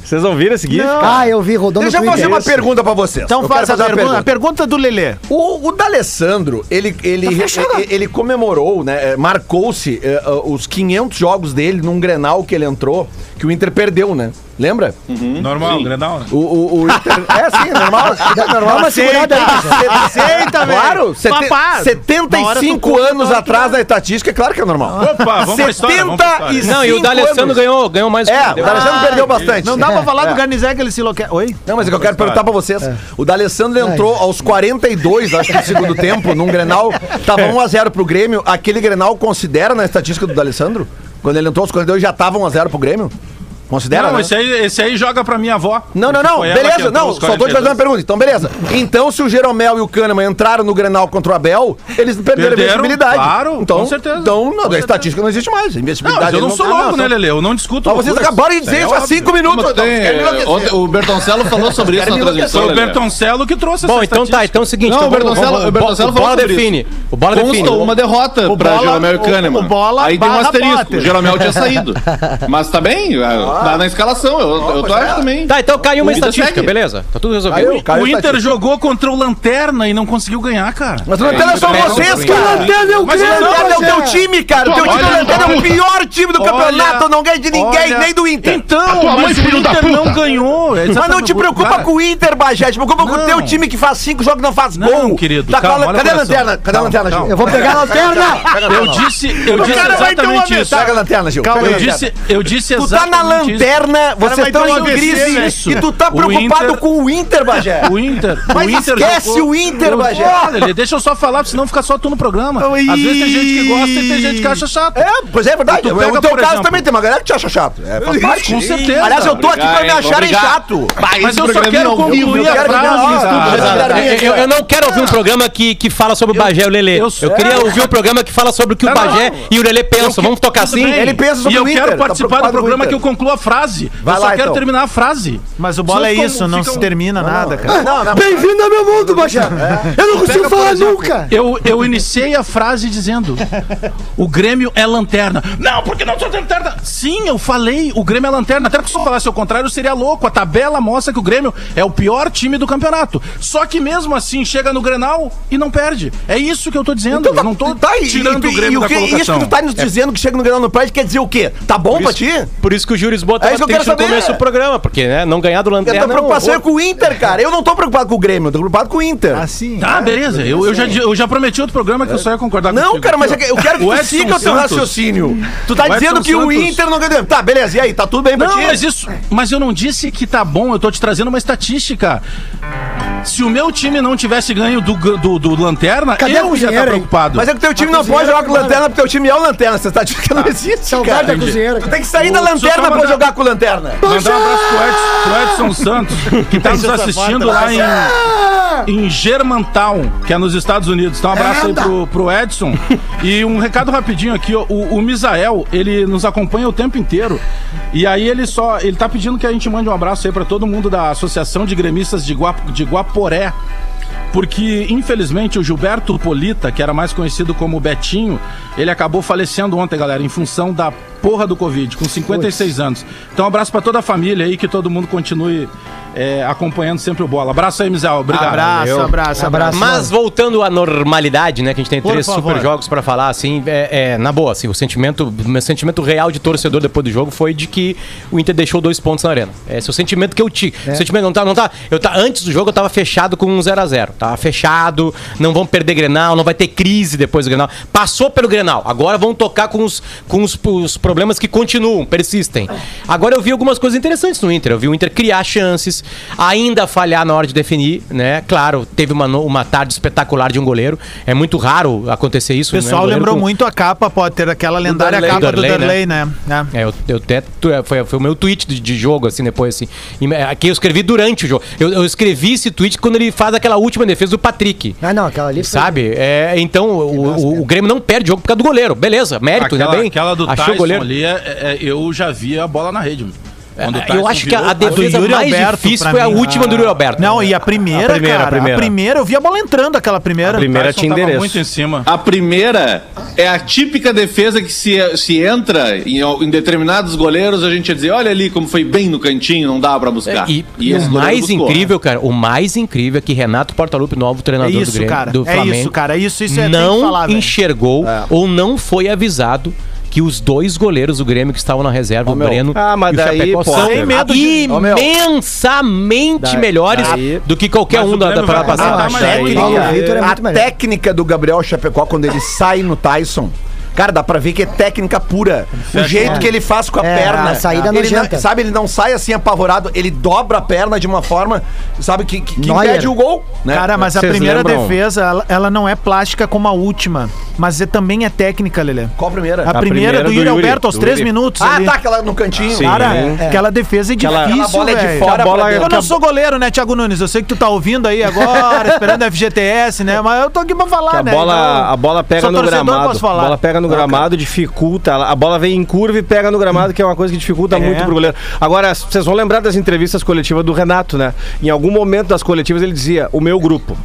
Vocês não viram esse gif?
Ah, eu vi, rodou
Deixa eu
no
fazer
Twitter.
uma pergunta pra vocês.
Então
Eu
faz
quero
a
fazer uma
pergunta. A pergunta do Lelê.
O, o D'Alessandro, ele, ele,
Tá
ele, ele comemorou, né? eh, Marcou-se eh, eh, os 500 jogos dele num Grenal que ele entrou, que o Inter perdeu, né? Lembra?
Normal, Grenal, né?
O, o, o Inter... É assim, normal.
Dá- Normal uma segurada aí, Bagé.
Aceita,
velho.
Claro, sete-
Papá, uma hora tu
75
come,
anos
uma hora tu
atrás na estatística, é claro que é normal.
Opa, vamos pra Ah. história, vamos pra história.
75
Não, e o D'Alessandro
anos.
ganhou, ganhou mais um.
É,
que
o
eu.
D'Alessandro
Ah,
perdeu bastante.
Não dá pra falar
É.
do Ganizé que ele se loqueia. Oi?
Não, mas é que eu quero perguntar pra vocês. O D'Alessandro entrou aos 42, acho que do segundo tempo, num Grenal. Tava 1x0 pro Grêmio. Aquele Grenal considera na estatística do D'Alessandro? Quando ele entrou aos 42, já tava 1x0 pro Grêmio? Considera,
Não,
né?
esse aí, esse aí joga pra minha avó.
Não, não, não.
Foi ela que
Beleza,
entrou
não.
aos
Só tô te fazendo uma
42.
pergunta. Então, beleza. Então, se o Jeromel e o Kahneman entraram no Grenal contra o Abel, eles perderam,
Perderam,
a invencibilidade.
claro,
então,
com certeza.
Então, não,
Com
a
certeza.
estatística não existe mais. A
Não,
Invencibilidade.
mas eu não
eles
sou
Ah,
louco,
não,
né,
são-
Lelê? Eu não discuto.
Mas vocês
loucuras.
acabaram de dizer
é
isso há
óbvio. é,
5 minutos.
Mas
então,
tem,
quero me enlouquecer.
ontem- o Bertoncello falou sobre isso na transmissão.
Foi o
Lelê.
Bertoncello que trouxe
Bom, então tá, então é o seguinte.
Não,
então
o
vamos-
Bertoncello-
vamos-
o Bertoncello
o
falou
Bola
sobre
define. O Bola define.
Constou uma derrota
O
pra
bola-
Jeromel e
o-
Kahneman.
o bola
Aí tem um
barra
asterisco.
Potter.
O Jeromel tinha saído. Mas tá bem, tá na escalação. Eu, eu tô acho também.
Tá, então caiu uma
Vida
estatística,
segue.
beleza? Tá tudo resolvido.
Caiu, caiu
O
a
Inter
estatística.
jogou contra o Lanterna e não conseguiu ganhar, cara.
Mas o Lanterna são vocês, cara. O Lanterna é o Mas o Lanterna é o teu time, cara. O teu time do
Olha, tá
Lanterna é o
puta.
pior time do campeonato. Não ganha de ninguém,
olha-
nem do Inter.
Então, mas o Inter não ganhou. é
Mas não
exatamente-
te preocupa
Cara,
com o Inter, Bagé. Te preocupa com o teu
Não.
time que faz cinco jogos e não faz
Não,
gol.
querido,
Tá com a-
calma, olha
cadê a
o coração.
lanterna? Cadê a
Calma,
lanterna,
calma.
Gil?
Eu vou pegar a lanterna.
Eu disse, eu disse exatamente isso.
Pega a lanterna, Gil.
Eu disse, eu disse
Tu tá na
exatamente isso.
lanterna, vocês
vai ter
estão
um
em
AVC,
crise
isso.
e tu tá
O
preocupado
Inter-
com o Inter, Bagé.
O Inter.
Mas esquece o Inter,
Eu-
Bagé.
Ó, Lelê, deixa eu só falar, porque senão fica só tu no programa. Às vezes tem gente que gosta e tem gente que acha chato.
É, pois é, é verdade.
Tu
O
pega,
teu
por
caso
exemplo.
também tem uma galera que te acha chato. É, faz parte.
Com certeza.
Aliás, eu tô aqui pra me
Obrigado,
acharem
obrigado.
chato.
Mas é eu só quero concluir
eu
a
quero que não,
frase. tá
ó,
cara.
cara.
Eu, eu- eu não quero ouvir um programa que, que fala sobre o Bagé e o Lelê. Eu,
eu sou-
queria ouvir um programa que fala sobre o que o
Não, não.
Bagé e o Lelê pensam. Vamos tocar
Tudo
assim?
bem.
Ele pensa sobre
E eu
o Inter,
quero
tá
participar
preocupado
do
com o
programa
Inter.
que eu concluo falou a frase.
Vai
eu só
lá,
quero
então.
terminar a frase.
Mas o bola é
Vocês
isso,
ficam-
não
ficam-
se termina nada, cara.
Bem-vindo ao meu mundo, Bajé. Eu não consigo
Pega, por
falar
exemplo,
nunca.
Eu, eu iniciei a frase dizendo: o Grêmio é lanterna. Não, porque não sou lanterna. Sim, eu falei, o Grêmio é lanterna. Até porque se eu falasse ao contrário, eu seria louco. A tabela mostra que o Grêmio é o pior time do campeonato. Só que mesmo assim, chega no Grenal e não perde. É isso que eu tô dizendo. eu não tô
Tá, e,
tirando
e-
o Grêmio
e o que,
da
isso que
colocação.
tu tá nos dizendo que chega no Grêmio no Pride quer dizer o quê? Tá bom
Por
pra
isso-
ti?
Por isso que o Júlio Bota
É isso que eu
bastante
quero
no
saber.
começo do programa, porque né, não ganhar do
Eu
Lanterna...
tô preocupação
é
é
um
com o Inter, cara. Eu não tô preocupado com o Grêmio, eu tô preocupado com o Inter.
Assim.
Tá, beleza. Eu, eu já, eu já prometi outro programa que eu só ia concordar
É, Não, cara, mas é que eu quero que
O
tu
Edson
siga o teu
Santos.
raciocínio. Tu tá
O Edson
dizendo que o
Santos.
Inter não ganhou. Tá, beleza, e aí? Tá tudo bem pra
Não,
ti?
mas isso. Mas eu não disse que tá bom, eu tô te trazendo uma estatística. Se o meu time não tivesse ganho do, do, do Lanterna,
Cadê a
eu ia estar
cozinheira,
preocupado.
Mas é que teu time
A
não pode
cozinheira
jogar com
agora.
lanterna, porque teu time é o lanterna. Você tá dizendo que não existe,
Saudade
cara.
da cozinheira.
Tu
cara.
tem que sair da
Ô, só
lanterna pra
mandar-
jogar com lanterna.
Mandar um abraço pro Edson, pro Edson Santos, que tá nos assistindo lá em, em Germantown, que é nos Estados Unidos. Então, um abraço aí pro, pro Edson. E um recado rapidinho aqui, ó. O, o Misael, ele nos acompanha o tempo inteiro. E aí ele só. Ele tá pedindo que a gente mande um abraço aí pra todo mundo da Associação de Gremistas de, Guap, de Guaporé. Porque, infelizmente, o Gilberto Polita, que era mais conhecido como Betinho, ele acabou falecendo ontem, galera, em função da porra do Covid, com 56 anos. Então, um abraço pra toda a família aí, que todo mundo continue é, acompanhando sempre o bola. Abraço aí, Mizel. Obrigado.
Abraço,
Valeu.
abraço, abraço.
Mas voltando à normalidade, né? Que a gente tem
Por
três
favor.
super jogos pra falar, assim, é, é, na boa, assim, o sentimento, meu sentimento real de torcedor depois do jogo foi de que o Inter deixou dois pontos na arena. Esse é o sentimento que eu tive. O sentimento não tá, não tá. Eu tá antes do jogo eu tava fechado com um 0x0. Tava fechado, não vão perder Grenal, não vai ter crise depois do Grenal. Passou pelo Grenal, agora vão tocar com os, com os, os problemas que continuam, persistem. Agora eu vi algumas coisas interessantes no Inter. Eu vi o Inter criar chances, ainda falhar na hora de definir, né? Claro, teve uma, no- uma tarde espetacular de um goleiro. É muito raro acontecer isso. né? Um
O pessoal lembrou muito a capa, Potter, aquela lendária
Darley.
capa do Darley,
Darley, né?
né? É.
É, eu, eu até, tu- é, foi, foi o meu tweet de, de jogo, assim, depois, assim. E, é, que eu escrevi durante o jogo. Eu, eu escrevi esse tweet quando ele faz aquela última defesa do Patrick.
Ah, não, aquela ali foi-
Sabe? É, então, o, o, o Grêmio não perde jogo por causa do goleiro. Beleza, mérito,
Aquela,
ainda bem.
aquela do
Achou o
Tyson
goleiro. É, Ah,
ali, é- é- eu já vi a bola na rede. meu. Quando o
Eu
Tyson
acho que a,
virou,
a defesa
Yuri
mais
Alberto,
difícil
pra
foi a
mim.
última do Yuri Alberto.
Não, e a primeira,
A primeira,
cara.
a primeira.
eu vi a bola entrando, aquela primeira.
A
o
primeira
Tyson
tinha
tava
endereço.
muito em cima.
Ah,
A primeira é a típica defesa que se, se entra em, em determinados goleiros, a gente ia dizer, olha ali como foi bem no cantinho, não dá pra buscar.
E, e
esse
o
goleiro
mais
buscou.
incrível, cara, o mais incrível é que Renato Portaluppi, novo
É
treinador do
isso,
Grêmio,
cara.
do
É
Flamengo,
isso, cara. Isso, isso é tem que
não
falar, velho.
enxergou ou não foi avisado que os dois goleiros do Grêmio que estavam na reserva, o Breno
Ah, mas
e o
daí,
Chapecó,
pô,
são
sem
medo de-
Ô, meu.
imensamente
Daí-
melhores
daí-
do que qualquer
Mas
um
o
da, da
Grêmio
parada
vai
passada.
Ah,
A
mas aí-
técnica,
Paulo Vitor é
a
muito melhor.
técnica do Gabriel Chapecó quando ele sai no Tyson. Cara, dá pra ver que é técnica pura. O jeito que ele faz com a
É,
perna.
a saída
ele
nojenta.
não, Sabe, ele não sai assim apavorado, ele dobra a perna de uma forma, sabe, que, que, que
Neuer.
impede o gol. Né?
Cara, mas a
Vocês
primeira
lembram?
defesa, ela, ela não é plástica como a última, mas é, também é técnica, Lelê.
Qual a primeira?
A, primeira, do, Yuri Alberto aos
do
três
Yuri.
minutos.
ah,
ali.
tá, aquela no cantinho.
Sim.
Cara,
É.
aquela defesa é
Aquela-
difícil,
aquela bola é de
velho.
fora
Aquela
pra
bola-
dentro.
Eu não sou goleiro, né, Thiago Nunes? Eu sei que tu tá ouvindo aí agora, esperando a FGTS, né? Mas eu tô aqui pra falar,
Que a
né?
bola,
Então,
a bola pega
sou
no
torcedor,
gramado.
posso falar.
A bola pega no gramado, dificulta. A bola vem em curva e pega no gramado, que é uma coisa que dificulta muito pro goleiro. Agora, vocês vão lembrar das entrevistas coletivas do Renato, né? Em algum momento das coletivas ele dizia: o meu grupo.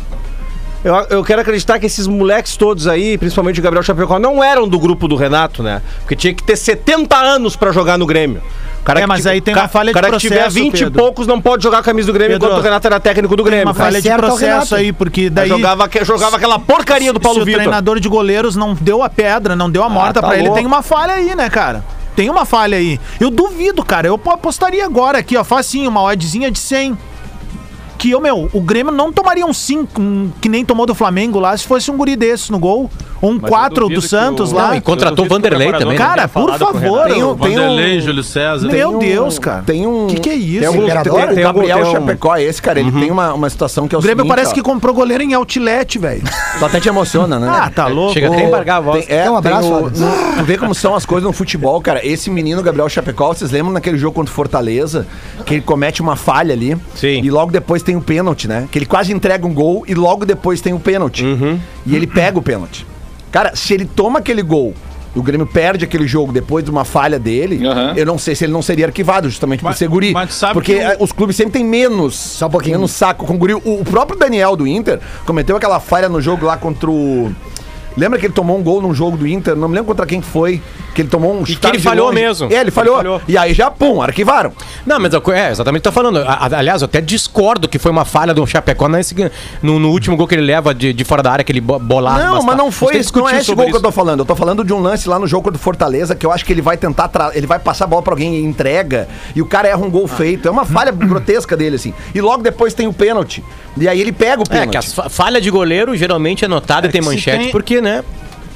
Eu, eu quero acreditar que esses moleques todos aí, principalmente o Gabriel Chapecó, não eram do grupo do Renato, né? Porque tinha que ter 70 anos pra jogar no Grêmio. O Cara
É,
que
mas
tiver-
aí tem
ca-
uma falha de
O cara que tiver
processo,
20 e
Pedro.
poucos não pode jogar a camisa do Grêmio,
Pedro,
enquanto o Renato era técnico do
tem
Grêmio.
uma falha de
certo é o
processo
Renato.
aí, porque
tá
daí...
Jogava, jogava aquela porcaria do Paulo
se o
Vitor.
treinador de goleiros não deu a pedra, não deu a morta
tá
pra ele,
louco.
tem uma falha aí, né, cara? Tem uma falha aí. Eu duvido, cara. Eu apostaria agora aqui, ó, facinho, uma oddzinha de 100. Que, eu, meu, o Grêmio não tomaria um 5, um- que nem tomou do Flamengo lá, se fosse um guri desse no gol. Ou um 4 do Santos lá.
Não, e contratou o Vanderlei também. né?
Cara, por favor.
Tem um-
eu-
tem um-
Vanderlei, Júlio César.
Meu Deus, cara.
Tem um.
Que que é isso?
Tem, algum-
Imperador?
tem- tem
Tem
o
algum-
Gabriel
tem um-
Chapecó, é esse cara, ele tem uma, uma situação que é o
Uhum. O Grêmio
seguinte,
parece
ó,
que comprou goleiro em outlet, velho.
Tu até te emociona, né?
Ah, tá louco.
Chega até a embargar a voz.
Tem, é,
Dá
um
um
abraço.
abraço,
Tem o-
Alisson.
tu vê como são as coisas no futebol, cara. Esse menino, Gabriel Chapecó, vocês lembram naquele jogo contra o Fortaleza, que ele comete uma falha ali.
Sim.
E logo depois tem o pênalti, né? Que ele quase entrega um gol e logo depois tem o pênalti. E ele pega o pênalti. Cara, se ele toma aquele gol e o Grêmio perde aquele jogo depois de uma falha dele,
Aham.
eu não sei se ele não seria arquivado, justamente por ser guri.
mas sabe
porque
que o-
eh, os clubes sempre têm menos, só um pouquinho, menos saco com o guri. O, o próprio Daniel do Inter cometeu aquela falha no jogo lá contra o. Lembra que ele tomou um gol num jogo do Inter? Não me lembro contra quem foi. Que ele tomou um E
ele falhou mesmo.
É, ele falhou. E aí já, pum, arquivaram.
Não, mas é o que- é exatamente o que tá falando. A- a- Aliás, eu até discordo que foi uma falha do Chapecó nesse, no, no último gol que ele leva de, de fora da área, aquele bo-
Ah,
bolado.
Não, mas
tá.
bastante.
não foi
Você
isso. Não é
discutiu
esse
sobre
gol que eu
isso.
tô falando. Eu tô falando de um lance lá no jogo do Fortaleza que eu acho que ele vai tentar. tra- Ele vai passar a bola pra alguém e entrega. E o cara erra um gol
Ah.
feito. É uma falha grotesca dele, assim. E logo depois tem o pênalti. E aí ele pega o
É,
pênalti.
que as fa- falha de goleiro geralmente é notada e tem
que se
manchete,
tem-
porque, né?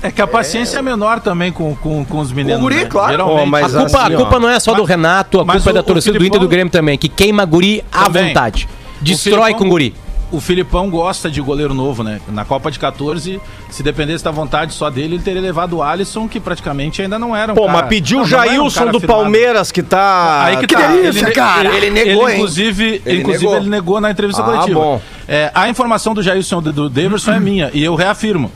É que a paciência é, menor também com, com, com os meninos.
O guri,
né?
claro.
Geralmente.
Ó, mas
a culpa, a
assim, ó.
culpa não é só do
Mas-
Renato, a
mas
culpa é da
o- o
torcida do
Filipão-
Inter e do Grêmio também, que queima guri à
Também.
vontade.
O
Destrói
Filipão-
com guri.
O Filipão gosta de goleiro novo, né? Na Copa de 14, se dependesse da vontade só dele, ele teria levado o Alisson, que praticamente ainda não era um
Pô,
cara...
mas pediu
não,
o
não era um
Jailson
cara
do
afirmado.
Palmeiras que tá.
Aí que, tá. ele, Ele, ele negou,
hein?
Inclusive,
Ele
inclusive
negou.
ele negou na entrevista
Ah,
coletiva.
bom.
É, a informação do Jailson do, do Davidson é minha, e eu reafirmo.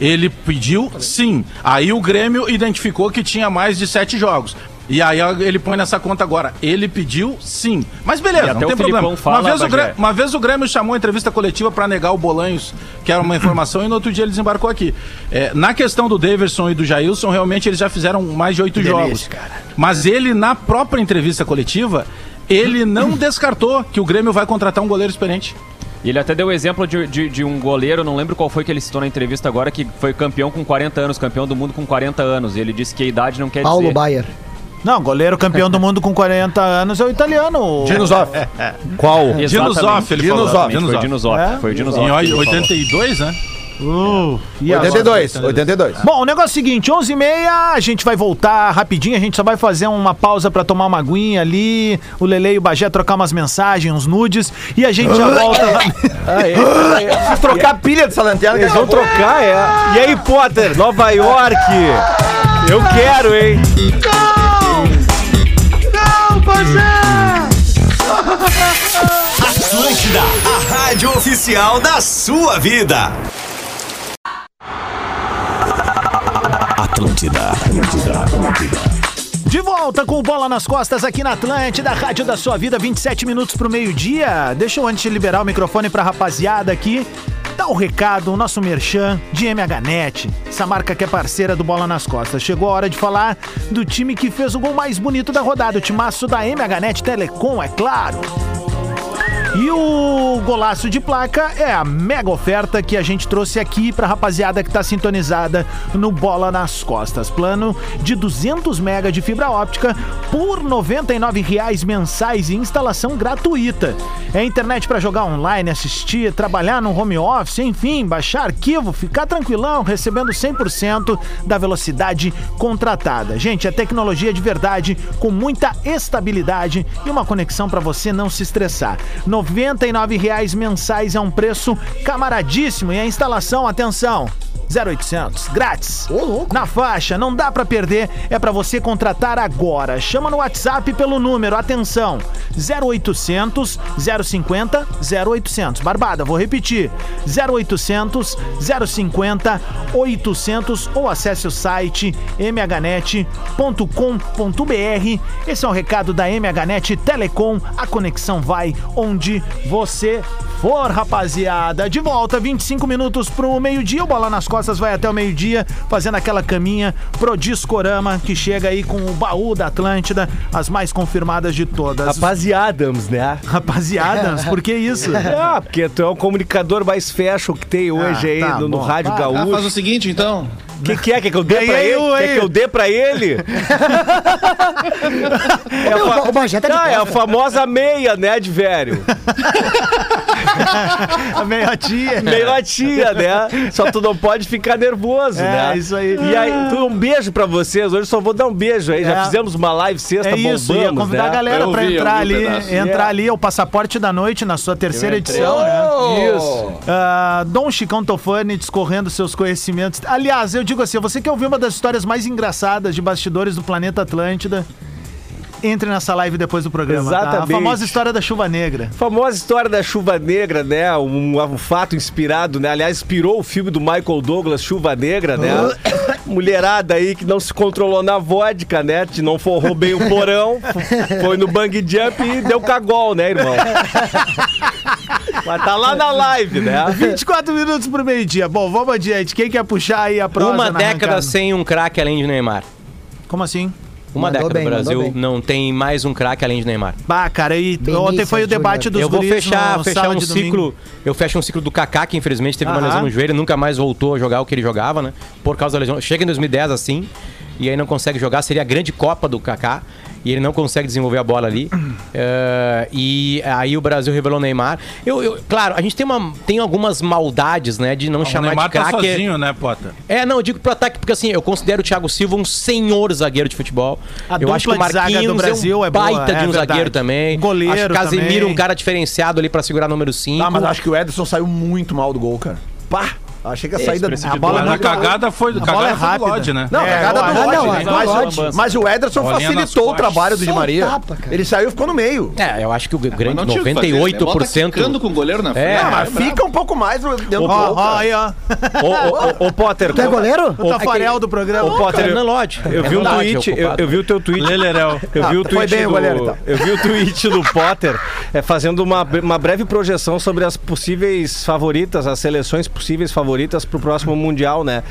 Ele pediu sim. Aí o Grêmio identificou que tinha mais de sete jogos. E aí ele põe nessa conta agora. Ele pediu sim. Mas
E
beleza, não
até
tem
o Filipão
problema.
fala,
uma, vez o
Bagé.
Grêmio, uma vez o Grêmio chamou a entrevista coletiva para negar o Bolanhos, que era uma informação, e no outro dia ele desembarcou aqui. É, na questão do Daverson e do Jailson, realmente eles já fizeram mais de oito jogos. Mas ele, na própria entrevista coletiva, ele não descartou que o Grêmio vai contratar um goleiro experiente.
E ele até deu o exemplo de, de- de um goleiro, não lembro qual foi que ele citou na entrevista agora, que foi campeão com 40 anos, campeão do mundo com 40 anos. E ele disse que a idade não quer
Paulo
dizer.
Bayer.
Não, goleiro campeão do mundo com 40 anos é o italiano.
Dinosoff.
É,
Qual?
Exatamente.
Dinosoff, ele falou.
Exatamente, Foi o
Dinosoff.
Dinosoff.
É?
Foi o Dinosoff.
Em
que ele falou.
82, né?
Uh, e agora?
82, 82.
Bom, o negócio é o seguinte, 11h30, a gente vai voltar rapidinho, a gente só vai fazer uma pausa pra tomar uma aguinha ali, o Lele e o Bagé trocar umas mensagens, uns nudes, e a gente já volta.
Se trocar a pilha dessa lanterna,
Eles vão trocar, é. E aí, Potter, Nova York? Eu quero, hein?
Atlântida, a rádio oficial da sua vida. Atlântida, Atlântida, Atlântida.
De volta com o Bola nas Costas aqui na Atlântida, Rádio da Sua Vida, 27 minutos pro meio-dia. Deixa eu antes de liberar o microfone pra rapaziada aqui. Dá um recado, o nosso merchan de MHNet, essa marca que é parceira do Bola nas Costas. Chegou a hora de falar do time que fez o gol mais bonito da rodada, o timaço da MHNet Telecom, é claro. E o golaço de placa é a mega oferta que a gente trouxe aqui pra rapaziada que tá sintonizada no Bola nas Costas. Plano de 200 mega de fibra óptica por R$ 99 mensais e instalação gratuita. É internet pra jogar online, assistir, trabalhar no home office, enfim, baixar arquivo, ficar tranquilão, recebendo 100% da velocidade contratada. Gente, é tecnologia de verdade com muita estabilidade e uma conexão para você não se estressar. R$ 99,00 mensais é um preço camaradíssimo e a instalação, atenção, 0800, grátis. Na faixa, não dá pra perder, é pra você contratar agora. Chama no WhatsApp pelo número, atenção, 0800 050 0800. Barbada, vou repetir, 0800 050 800 ou acesse o site mhnet.com.br. Esse é o recado da MHNet Telecom, a conexão vai onde você for, rapaziada. De volta, 25 minutos pro meio-dia. O Bola nas Costas vai até o meio-dia, fazendo aquela caminha pro Discorama, que chega aí com o baú da Atlântida, as mais confirmadas de todas.
Rapaziadams, né?
Rapaziadas, por que isso?
Ah, porque tu é o comunicador mais fashion que tem hoje
Ah,
aí
tá
no, no
bom.
Rádio
Ah,
Ah, faz o
Gaúcho.
seguinte, então.
O que, que é? Quer que eu dê pra
Ganhei
ele?
um,
Quer
hein?
que eu dê pra ele? é, a fa-
o Bagé tá de
Ah, é a
volta.
famosa meia, né, de velho?
A meia-tia.
Meio tia, né? Só tu não pode ficar nervoso,
É,
né?
isso aí.
E aí, tu, um beijo pra vocês. Hoje só vou dar um beijo aí.
É.
Já fizemos uma live sexta,
É isso, ia
bombamos,
convidar a
né?
galera
Eu
pra
vi, eu
entrar
vi um
ali,
pedaço.
entrar ali, é o Passaporte da Noite, na sua terceira edição, né?
Oh!
Isso.
Ah, Dom Chicão Tofani discorrendo seus conhecimentos. Aliás, eu digo assim, você quer ouvir uma das histórias mais engraçadas de bastidores do planeta Atlântida? Entre nessa live depois do programa. tá? A
Exatamente.
famosa história da chuva negra.
Famosa história da chuva negra, né?
Ah.
Um, um fato inspirado, né? Aliás, inspirou o filme do Michael Douglas, Chuva Negra, né? mulherada aí que não se controlou na vodka, né? Que não forrou bem o porão, foi no bang jump e deu cagol, né, irmão? Mas tá lá na live, né?
24 minutos pro meio-dia. Bom, vamos adiante. Quem quer puxar aí a prosa
Uma
na
década
arrancada?
sem um craque além de Neymar.
Como assim?
Uma
Mandou
década
bem,
no
mandou
Brasil
bem.
não tem mais um craque além de Neymar.
Bah, cara, e
Bem
ontem
isso,
foi o
Júnior.
debate dos
Eu vou
guris
fechar,
no
fechar
Sala
um
de Domingo.
ciclo. Eu fecho um ciclo do Kaká, que infelizmente teve
Aham.
uma lesão no joelho, nunca mais voltou a jogar o que ele jogava, né? Por causa da lesão. Chega em 2010 assim, e aí não consegue jogar, seria a grande Copa do Kaká. E ele não consegue desenvolver a bola ali. Eh, e aí o Brasil revelou o Neymar. Eu, eu- claro, a gente tem, uma, tem algumas maldades, né? De não
O
chamar
Neymar
de craque.
tá sozinho, né, Pota?
É, não, eu digo pro ataque porque assim, eu considero o Thiago Silva um senhor zagueiro de futebol.
A
eu
dupla
acho que o
de zaga do
Marquinhos
Brasil
é
é
um
boa,
baita
é
de um
verdade.
zagueiro também.
Goleiro
acho que o Casemiro
também. Tá,
um cara diferenciado ali pra segurar número 5.
Ah, mas acho que o Ederson saiu muito mal do gol, cara. Pá! Achei que a
É,
saída
esse
a
Mas a
muito-
cagada foi, a cagada foi do Lodge, né?
Não, a cagada do
Ah,
Lodge,
não,
mas,
a do
mas-
Lodge.
mas o Ederson
Bolinha nas
facilitou o
costas.
trabalho do Di
Só um
Maria.
tapa, cara.
Ele saiu e ficou no meio.
É, eu acho que o grande
não tinha o que fazer, né?
98%.
Bota quicando com o goleiro na frente.
É,
Ah, mas fica um pouco mais dentro do gol.
Ó, ó,
cara. Tá
aí, ó.
Ô, ô, ô, Potter.
Tu é goleiro? O
Ô,
Tafarel do programa.
Ô, Potter,
Não é
eu-
Lodge.
Eu
É
vi um
Lodge,
tweet,
é
eu,
ocupado.
eu vi o teu tweet.
Lelerel.
Eu vi o
Ah, foi
tweet
bem o
do,
goleiro, então.
eu vi o tweet do Potter é, fazendo uma, bre- uma breve projeção sobre as possíveis favoritas, as seleções possíveis favoritas pro próximo mundial, né?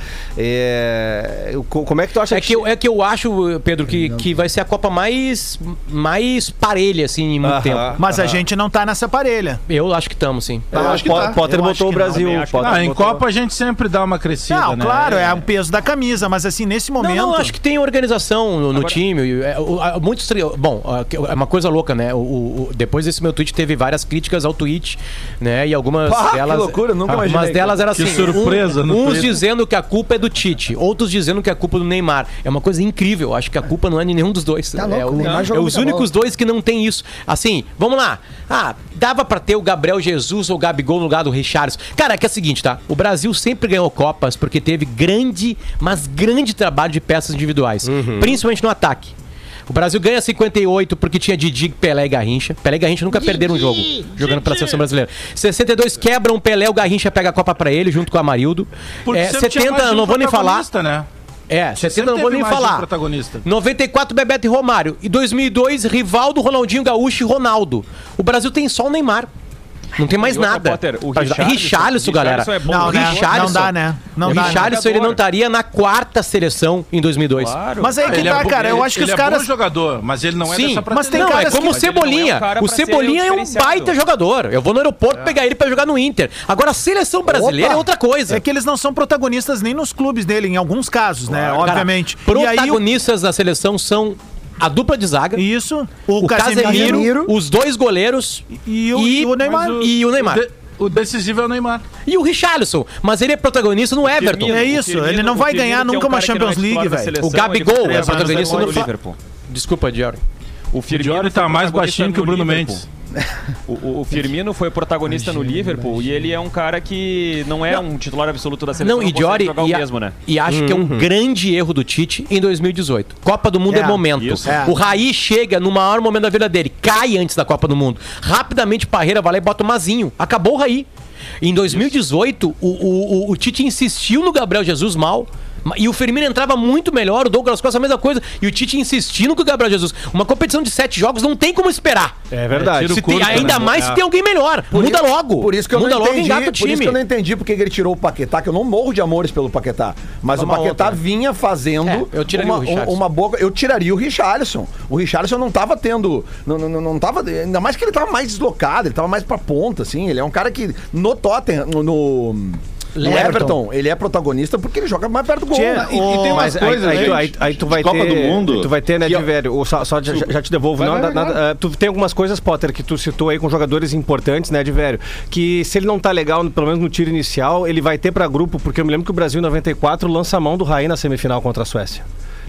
É, eu- co- como é que tu acha
É que, eu, é que eu acho, Pedro, que, que vai ser a Copa mais, mais parelha, assim, em muito
Aham.
tempo.
Mas a
Aham.
gente não tá nessa parelha.
Eu acho que estamos, sim.
Ah,
acho que
Po-
tá.
Potter
Eu acho
botou o
que
Brasil.
não, eu acho que
Potter
Ah, em
botou-
Copa a gente sempre dá uma crescida,
Não,
né?
claro, é o peso da camisa, mas assim, nesse momento.
Não, não, acho que tem organização no, no time. e, é, o- a- muitos tri- Bom, a- que- é uma coisa louca, né? O, o- o- depois desse meu tweet teve várias críticas ao tweet, né? E algumas
Pá, que
delas.
loucura, nunca
algumas
imaginei.
delas era
Que
assim.
surpresa
um-
no
uns
Twitter.
dizendo que a culpa é do Tite, outros dizendo que a culpa é do Neymar. É uma coisa incrível. Acho que a culpa não é de nenhum dos dois.
Tá
é,
louco, o
o-
Neymar
é
jogou
os
muita bola.
únicos dois que não tem isso. Assim, vamos lá. Ah, dava pra ter o Gabriel Jesus ou o Gabigol no lugar do Richarlison. Cara, é que é o seguinte, tá? O Brasil sempre ganhou Copas porque teve grande, mas grande trabalho de peças individuais,
Uhum.
principalmente no ataque. O Brasil ganha 58 porque tinha Didi, Pelé e Garrincha. Pelé e Garrincha nunca perderam um jogo jogando pela seleção brasileira. 62 quebram o um, Pelé, o Garrincha pega a Copa pra ele junto com o Amarildo. É,
sempre tinha
70,
mais de um
não vou nem falar.
protagonista, Né?
É, 70
Sempre
não vou
teve
nem
mais de um
falar.
protagonista.
94, Bebeto e Romário. E 2002, Rivaldo, Ronaldinho Gaúcho e Ronaldo. O Brasil tem só o Neymar. Não tem mais
E outra,
nada.
Potter, o
pra ajudar.
Richarlison-
Richarlison, galera.
Richarlison é bom
não,
jogador.
Richarlison,
Não dá, né? Não
o
dá, né?
Richarlison, ele não estaria na quarta seleção em 2002.
Mas aí que
Ele
tá,
é bo-
cara. Eu
ele-
acho que os
ele é
caras.
bom jogador, mas ele não é
Sim,
dessa
mas tem
prateleira.
não,
caras
é como o
que-
Mas ele não é
Cebolinha.
um cara
o
pra ser
Cebolinha é um
diferenciado. É.
baita jogador. Eu vou no aeroporto pegar ele pra jogar no Inter. Agora, a seleção brasileira é outra coisa.
É que eles não são protagonistas nem nos clubes dele, em alguns casos, né?
Cara,
Obviamente. E aí, o-
protagonistas da seleção são a dupla de zaga.
isso, o,
o Casemiro,
Casemiro
os dois goleiros
e o, e o Neymar.
Mas
e o Neymar.
de- o decisivo é o Neymar.
E o Richarlison, mas ele é protagonista no Everton.
É isso, ele não vai ganhar
é um
nunca uma Champions League, velho.
O Gabigol é protagonista
do
do Fa-
Liverpool.
Desculpa, Diori.
O
O Diori
foi
tá mais
protagonista
baixinho que o
no
Bruno
Liverpool.
Mendes.
O, o- o Firmino foi protagonista no Liverpool e ele é um cara que não é um titular absoluto da seleção.
Não, e
consegue
Diori,
jogar o
e, a-
mesmo, né?
e acho que é um grande erro do Tite em 2018. Copa do Mundo é,
É,
momento.
isso.
É.
O Raí chega no maior momento da vida dele, cai antes da Copa do Mundo. Rapidamente, Parreira vai lá e bota o Mazinho. Acabou o Raí. Em 2018, o, o- o- o Tite insistiu no Gabriel Jesus mal. ma- E o Firmino entrava muito melhor, o Douglas Costa a mesma coisa. E o Tite insistindo com o Gabriel Jesus. Uma competição de sete jogos não tem como esperar.
É verdade.
tiro
Se tem-
curto,
ainda
né?
mais se tem alguém melhor. Muda
isso-
logo.
É. Por isso que eu
Muda
não
logo
entendi.
engata o
Por isso
time.
que eu não entendi porque ele tirou o Paquetá, que eu não morro de amores pelo Paquetá. Mas
Toma
o Paquetá
outra.
vinha fazendo
É, eu tiraria
uma,
o Richarlison.
um- uma boa. Eu tiraria o Richarlison. O Richarlison não tava tendo. Não, não, não- não tava. Ainda mais que ele tava mais deslocado, ele tava mais pra ponta, assim. Ele é um cara que no Tottenham. No, no no
Everton.
Everton, ele é protagonista porque ele joga mais perto do gol.
Tchê,
né?
E- e tem
Ô,
umas
mas aí-
coisas,
aí,
gente,
tu- aí- aí tu vai
de Copa do
ter,
Mundo.
Tu vai ter, né,
Que-
de velho? Ô, só, só já, já te devolvo.
Vai,
não,
vai,
nada-
vai,
nada- ah, tu tem algumas coisas, Potter, que tu citou aí com jogadores importantes, né, de velho? Que se ele não tá legal, pelo menos no tiro inicial, ele vai ter pra grupo, porque eu me lembro que o Brasil em 94 lança a mão do Raí na semifinal contra a Suécia.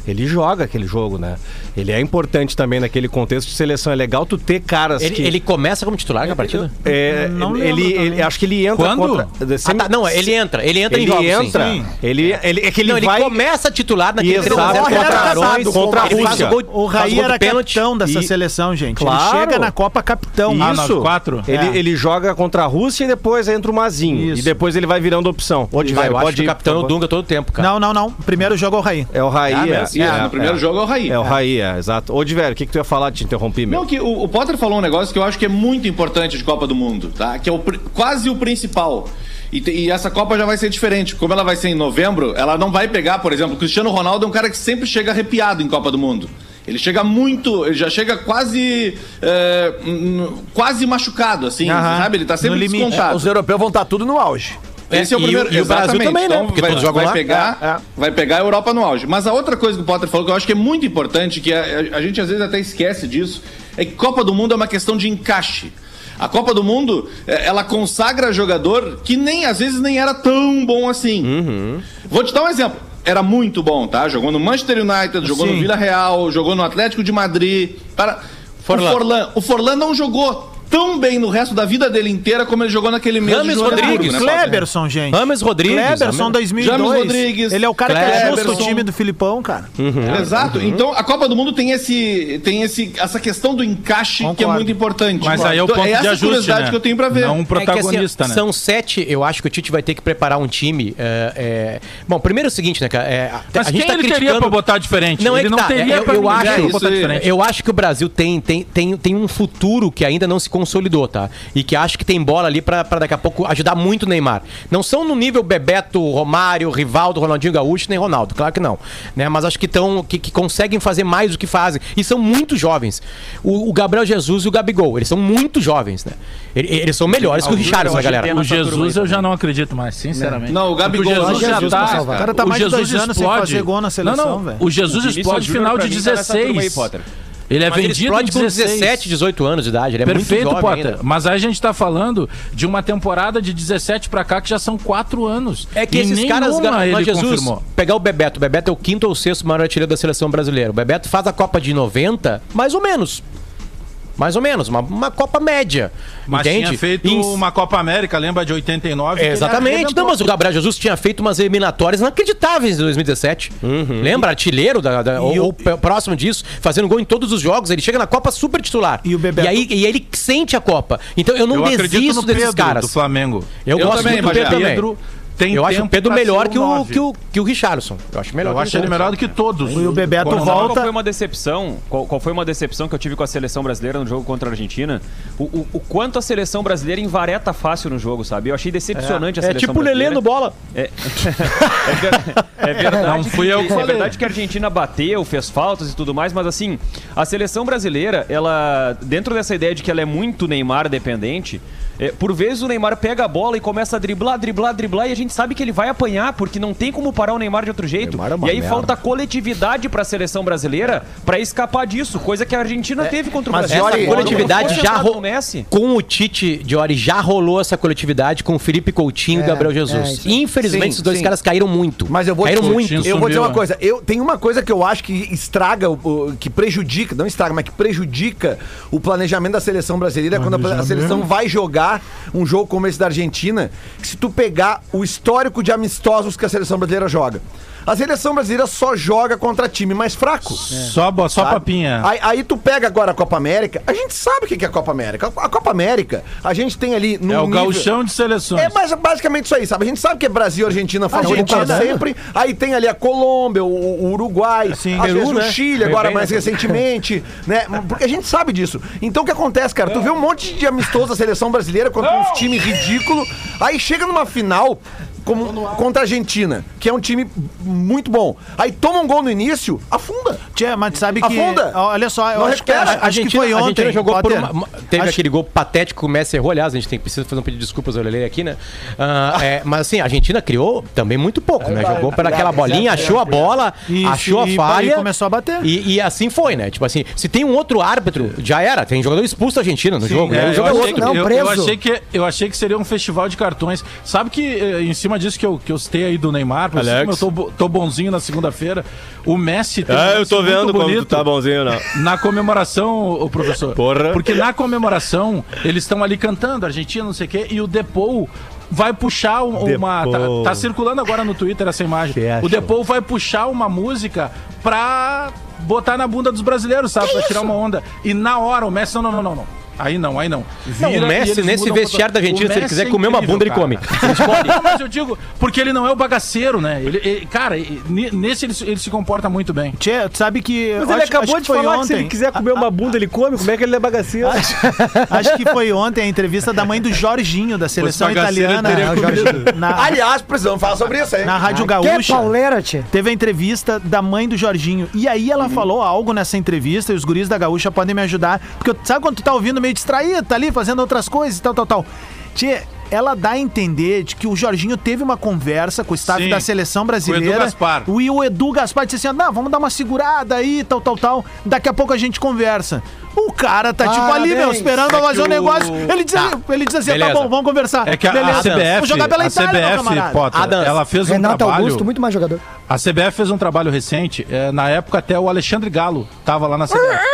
Ele joga aquele jogo, né? Ele é importante também naquele contexto de seleção. É legal tu ter caras
Ele,
que...
ele começa como titular na partida?
É, ele, ele- acho que ele entra
Quando?
contra.
Ah, tá, não, ele entra, ele entra em
ele
jogos, sim.
entra.
Sim.
Ele ele é que ele
Não, ele
vai
começa titular naquele 3 a 0
Exato,
contra
contra a
Camarões,
contra a
ele faz
Rússia.
o gol-
O
faz
Raí
o gol do
era
pênalti.
capitão dessa
E-
seleção, gente.
Claro.
Ele chega na Copa capitão.
Isso.
Ah, nós-
Ele,
É.
ele joga contra a Rússia e depois entra o Mazinho.
Isso.
E depois ele vai virando opção. Onde
Ah, eu acho que o capitão é o Dunga todo tempo, cara.
Não, não, não. Primeiro jogo é o Raí.
Tá É o Raí.
Ah, mas, isso, no primeiro jogo é o Raí.
É o Raí, é, exato. Ô, Diver, o que, que tu ia falar? Te interrompi, meu.
Não, que o, o Potter falou um negócio que eu acho que é muito importante de Copa do Mundo, tá? Que é o pri- quase o principal. E, te- e essa Copa já vai ser diferente. Como ela vai ser em novembro, ela não vai pegar, por exemplo, o Cristiano Ronaldo é um cara que sempre chega arrepiado em Copa do Mundo. Ele chega muito, ele já chega quase é, hum, quase machucado, assim,
Aham.
sabe? Ele tá
No
sempre
limite.
descontado.
É, Os europeus vão estar tudo no auge.
Esse é o
E o-
primeiro.
e o Brasil
exatamente.
também, né?
Então,
Porque
vai,
todos jogam
vai
lá.
Pegar, Vai pegar a Europa no auge. Mas a outra coisa que o Potter falou, que eu acho que é muito importante, que é, a, a- a gente às vezes até esquece disso, é que Copa do Mundo é uma questão de encaixe. A Copa do Mundo, eh, ela consagra jogador que nem às vezes nem era tão bom assim. Vou te dar um exemplo. Era muito bom, tá? Jogou no Manchester United, jogou no Vila Real, jogou no Atlético de Madrid. Para...
Forlan.
O, Forlan, o Forlan não jogou tão bem no resto da vida dele inteira como ele jogou naquele mês
James
de Joanesburgo,
Rodrigues,
né, Potter?
Kleberson, gente.
Rames Rodrigues.
Kleberson
Amém.
2002.
James Rodrigues,
Ele é o cara que ajusta o
Kleberson.
time do Filipão, cara.
Exato. Então a Copa do Mundo tem esse tem esse essa questão do encaixe que é
Concordo.
muito importante.
Mas aí é o
Então,
ponto
essa
de ajuste,
curiosidade
né?
que eu tenho pra ver.
Não um
É que, assim,
protagonista, né?
São sete, eu acho que o Tite vai ter que preparar um time. é, é- Bom, primeiro é o seguinte, né, cara? é, a-
Mas
a
quem
gente tá
ele teria
criticando-
pra botar diferente?
Não, é
ele
que
não
tá,
teria
é,
pra né?
eu
ninguém
acho-
pra botar
isso-
diferente.
Eu acho que o Brasil tem, tem, tem, tem um futuro que ainda não se consolidou, tá? E que acho que tem bola ali pra pra daqui a pouco ajudar muito o Neymar. Não são no nível Bebeto, Romário, Rivaldo, Ronaldinho Gaúcho, nem Ronaldo, claro que não. Né? Mas acho que, tão, que, que conseguem fazer mais do que fazem. E são muito jovens. O, o Gabriel Jesus e o Gabigol, eles são muito jovens, né? Ele- Eles, são melhores que o Richardson, né, galera?
Argentina.
O
Nessa turma aí
Jesus eu
também.
já não acredito mais, sinceramente.
Não, o Gabigol
Porque o
acho
Jesus
que
já
Jesus
tá.
pra salvar.
O cara tá mais de dois anos sem fazer gol na seleção,
Não, não.
velho.
O
O
Jesus
Vinícius
explode
Júnior,
final
pra
de
mim, tá nessa turma aí,
16.
Potter.
Ele é
Mas ele
vendido em
explode com 17,
17,
18 anos de idade. Ele é
Perfeito,
muito jovem
Potter.
ainda.
Mas aí a gente tá falando de uma temporada de 17 pra cá que já são 4 anos.
É que
E
esses caras,
nenhuma
Gabriel
ele
Jesus,
confirmou.
pegar o Bebeto, o Bebeto é o quinto ou sexto maior artilheiro da seleção brasileira. O Bebeto faz a Copa de 90, mais ou menos. Mais ou menos, uma, uma Copa média.
Mas
entende?
tinha feito
Em-
uma Copa América, lembra de 89? que
É,
ele
Exatamente.
arrebentou.
Não, mas o Gabriel Jesus tinha feito umas eliminatórias inacreditáveis em 2017.
Uhum.
Lembra? Artilheiro da, da- ou, ou p- próximo disso, fazendo gol em todos os jogos. Ele chega na Copa super titular.
E o Bebeto-
aí, e aí ele sente a Copa. Então eu não
eu acredito
desisto
no
desses
Pedro
caras.
do Flamengo.
Eu,
Eu
gosto
também,
muito do Pedro
Bagé.
também.
Pedro tem
eu acho o
tempo
Pedro
pra
melhor
ser
que
um
o,
nove.
que, o, que o Richarlison. Eu acho melhor
Eu acho
o
ele melhor do que todos.
E o Bebeto
Quando- é
volta.
Qual foi uma decepção? Qual, qual foi uma decepção que eu tive com a seleção brasileira no jogo contra a Argentina? O, o- o quanto a seleção brasileira envareta fácil no jogo, sabe? Eu achei decepcionante a
É
seleção
tipo o
brasileira.
Lelê no bola.
É, é ver- é verdade.
Não fui eu que
é
falei.
verdade que a Argentina bateu, fez faltas e tudo mais, mas assim, a seleção brasileira, ela. Dentro dessa ideia de que ela é muito Neymar dependente. é, por vezes o Neymar pega a bola e começa a driblar, driblar, driblar, e a gente sabe que ele vai apanhar, porque não tem como parar o Neymar de outro jeito.
Neymar é uma
e aí
merda.
falta coletividade pra seleção brasileira pra escapar disso, coisa que a Argentina teve contra o
É, mas
Brasil.
olha,
Essa coletividade
Não foi
já
centrado no
ro-
Messi.
com o Tite Diori já rolou essa coletividade com o Felipe Coutinho e
É,
Gabriel
é,
Jesus.
isso aí.
Infelizmente,
Sim,
esses dois
sim.
caras caíram muito.
Mas eu vou
caíram
te,
muito.
Coutinho
Eu vou dizer
sumiu,
uma
né?
coisa. Eu tem uma coisa que eu acho que estraga o- o- que prejudica, não estraga, mas que prejudica o planejamento da seleção brasileira é quando a- a seleção vai jogar um jogo como esse da Argentina, que se tu pegar o histórico de amistosos que a seleção brasileira joga. A seleção brasileira só joga contra time mais fraco.
Só, bo- só
sabe?
papinha.
Aí, aí tu pega agora a Copa América, a gente sabe o que que é a Copa América. A Copa América, a gente tem ali no
é
um
o gauchão de seleções.
é mas, basicamente isso aí, sabe? A gente sabe que é Brasil, Argentina, favorita
Argentina. né?
sempre. Aí tem ali a Colômbia, o, o Uruguai,
Sim.
às
Peru,
vezes o
né?
Chile, agora mais recentemente, né? Porque a gente sabe disso. Então o que acontece, cara? Tu vê um monte de amistoso da seleção brasileira contra uns times ridículos, aí chega numa final. Como, contra a Argentina, que é um time muito bom. Aí toma um gol no início, afunda.
Tchê, mas sabe que.
Afunda.
Olha só, eu
Não
acho que,
recupera.
acho, acho que foi
a
ontem.
Argentina jogou por
Potter.
uma, uma- teve
Acho-
aquele gol patético que o Messi errou. Aliás, a gente tem, precisa fazer um pedido de desculpas ao Lele aqui, né? Ah, é, mas assim, a Argentina criou também muito pouco, né? Jogou por aquela bolinha, achou a bola,
Isso,
achou a
e- e
falha.
começou a bater.
E, e assim foi, né? Tipo assim, se tem um outro árbitro, já era. Tem jogador expulso da Argentina no jogo.
É,
né? O
eu,
jogo é
achei,
outro.
eu- eu
preso.
achei que, eu achei que seria um festival de cartões. Sabe que eh, em cima cima disso que eu, que eu citei aí do Neymar, por
Alex.
cima eu tô, bo- tô bonzinho na segunda-feira. O Messi tem
Ah,
um
eu tô
lance muito
vendo como tu
bonito.
tá bonzinho, não.
Na comemoração, o professor.
Porra.
Porque na comemoração, eles estão ali cantando, Argentina, não sei o quê, e o Depou vai puxar um- uma. Tá,
Depou.
tá circulando agora no Twitter essa imagem.
acha?
O Depou vai puxar uma música pra botar na bunda dos brasileiros, sabe? pra tirar uma onda. E na hora, o Messi, não, não, não, não. não. Aí não, aí não.
Não, o
Vira e
Messi,
eles
nesse
mudam
vestiário da Argentina,
o
se ele
Messi é
quiser comer uma bunda, ele come.
não, mas eu digo, porque ele não é o bagaceiro, né? Ele, ele- cara, e- ne- nesse ele, se- ele se comporta muito bem.
Tchê, tu sabe que. eu
Mas ele
acho- acho
acabou
que
de
foi
falar que se
ontem. Ah,
ele quiser comer uma bunda, ele come. Como é que ele é bagaceiro?
Acho que foi ontem a entrevista da mãe do Jorginho, da seleção
bagaceiro,
italiana.
teria
Ah,
comido.
Jorginho. Na-
Aliás, precisamos falar sobre isso aí.
Na Rádio
Ah, que
Gaúcha.
pauleira,
Teve a entrevista da mãe do Jorginho. E aí
Uhum.
ela falou algo nessa entrevista, e os guris da Gaúcha podem me ajudar. Porque eu- sabe quando tu tá ouvindo meio distraído, tá ali fazendo outras coisas e tal, tal, tal. Tchê, ela dá a entender de que o Jorginho teve uma conversa com o staff
Sim,
da seleção brasileira.
com o Edu Gaspar.
O- E o Edu Gaspar disse assim: "Ah, não, vamos dar uma segurada aí, tal, tal, tal. Daqui a pouco a gente conversa. O cara tá tipo ali,
Parabéns.
meu, esperando
É
ela fazer
que
um
o-
negócio. Ele diz,
Tá.
ele diz assim:
Beleza.
tá bom, vamos conversar.
É que a, a CBF,
Vamos jogar pela
a
Itália, meu
CBF,
camarada.
Potter, ela fez um
Renato
trabalho...
Augusto, muito mais jogador.
A CBF fez um trabalho recente, eh, na época até o Alexandre Galo estava lá na CBF.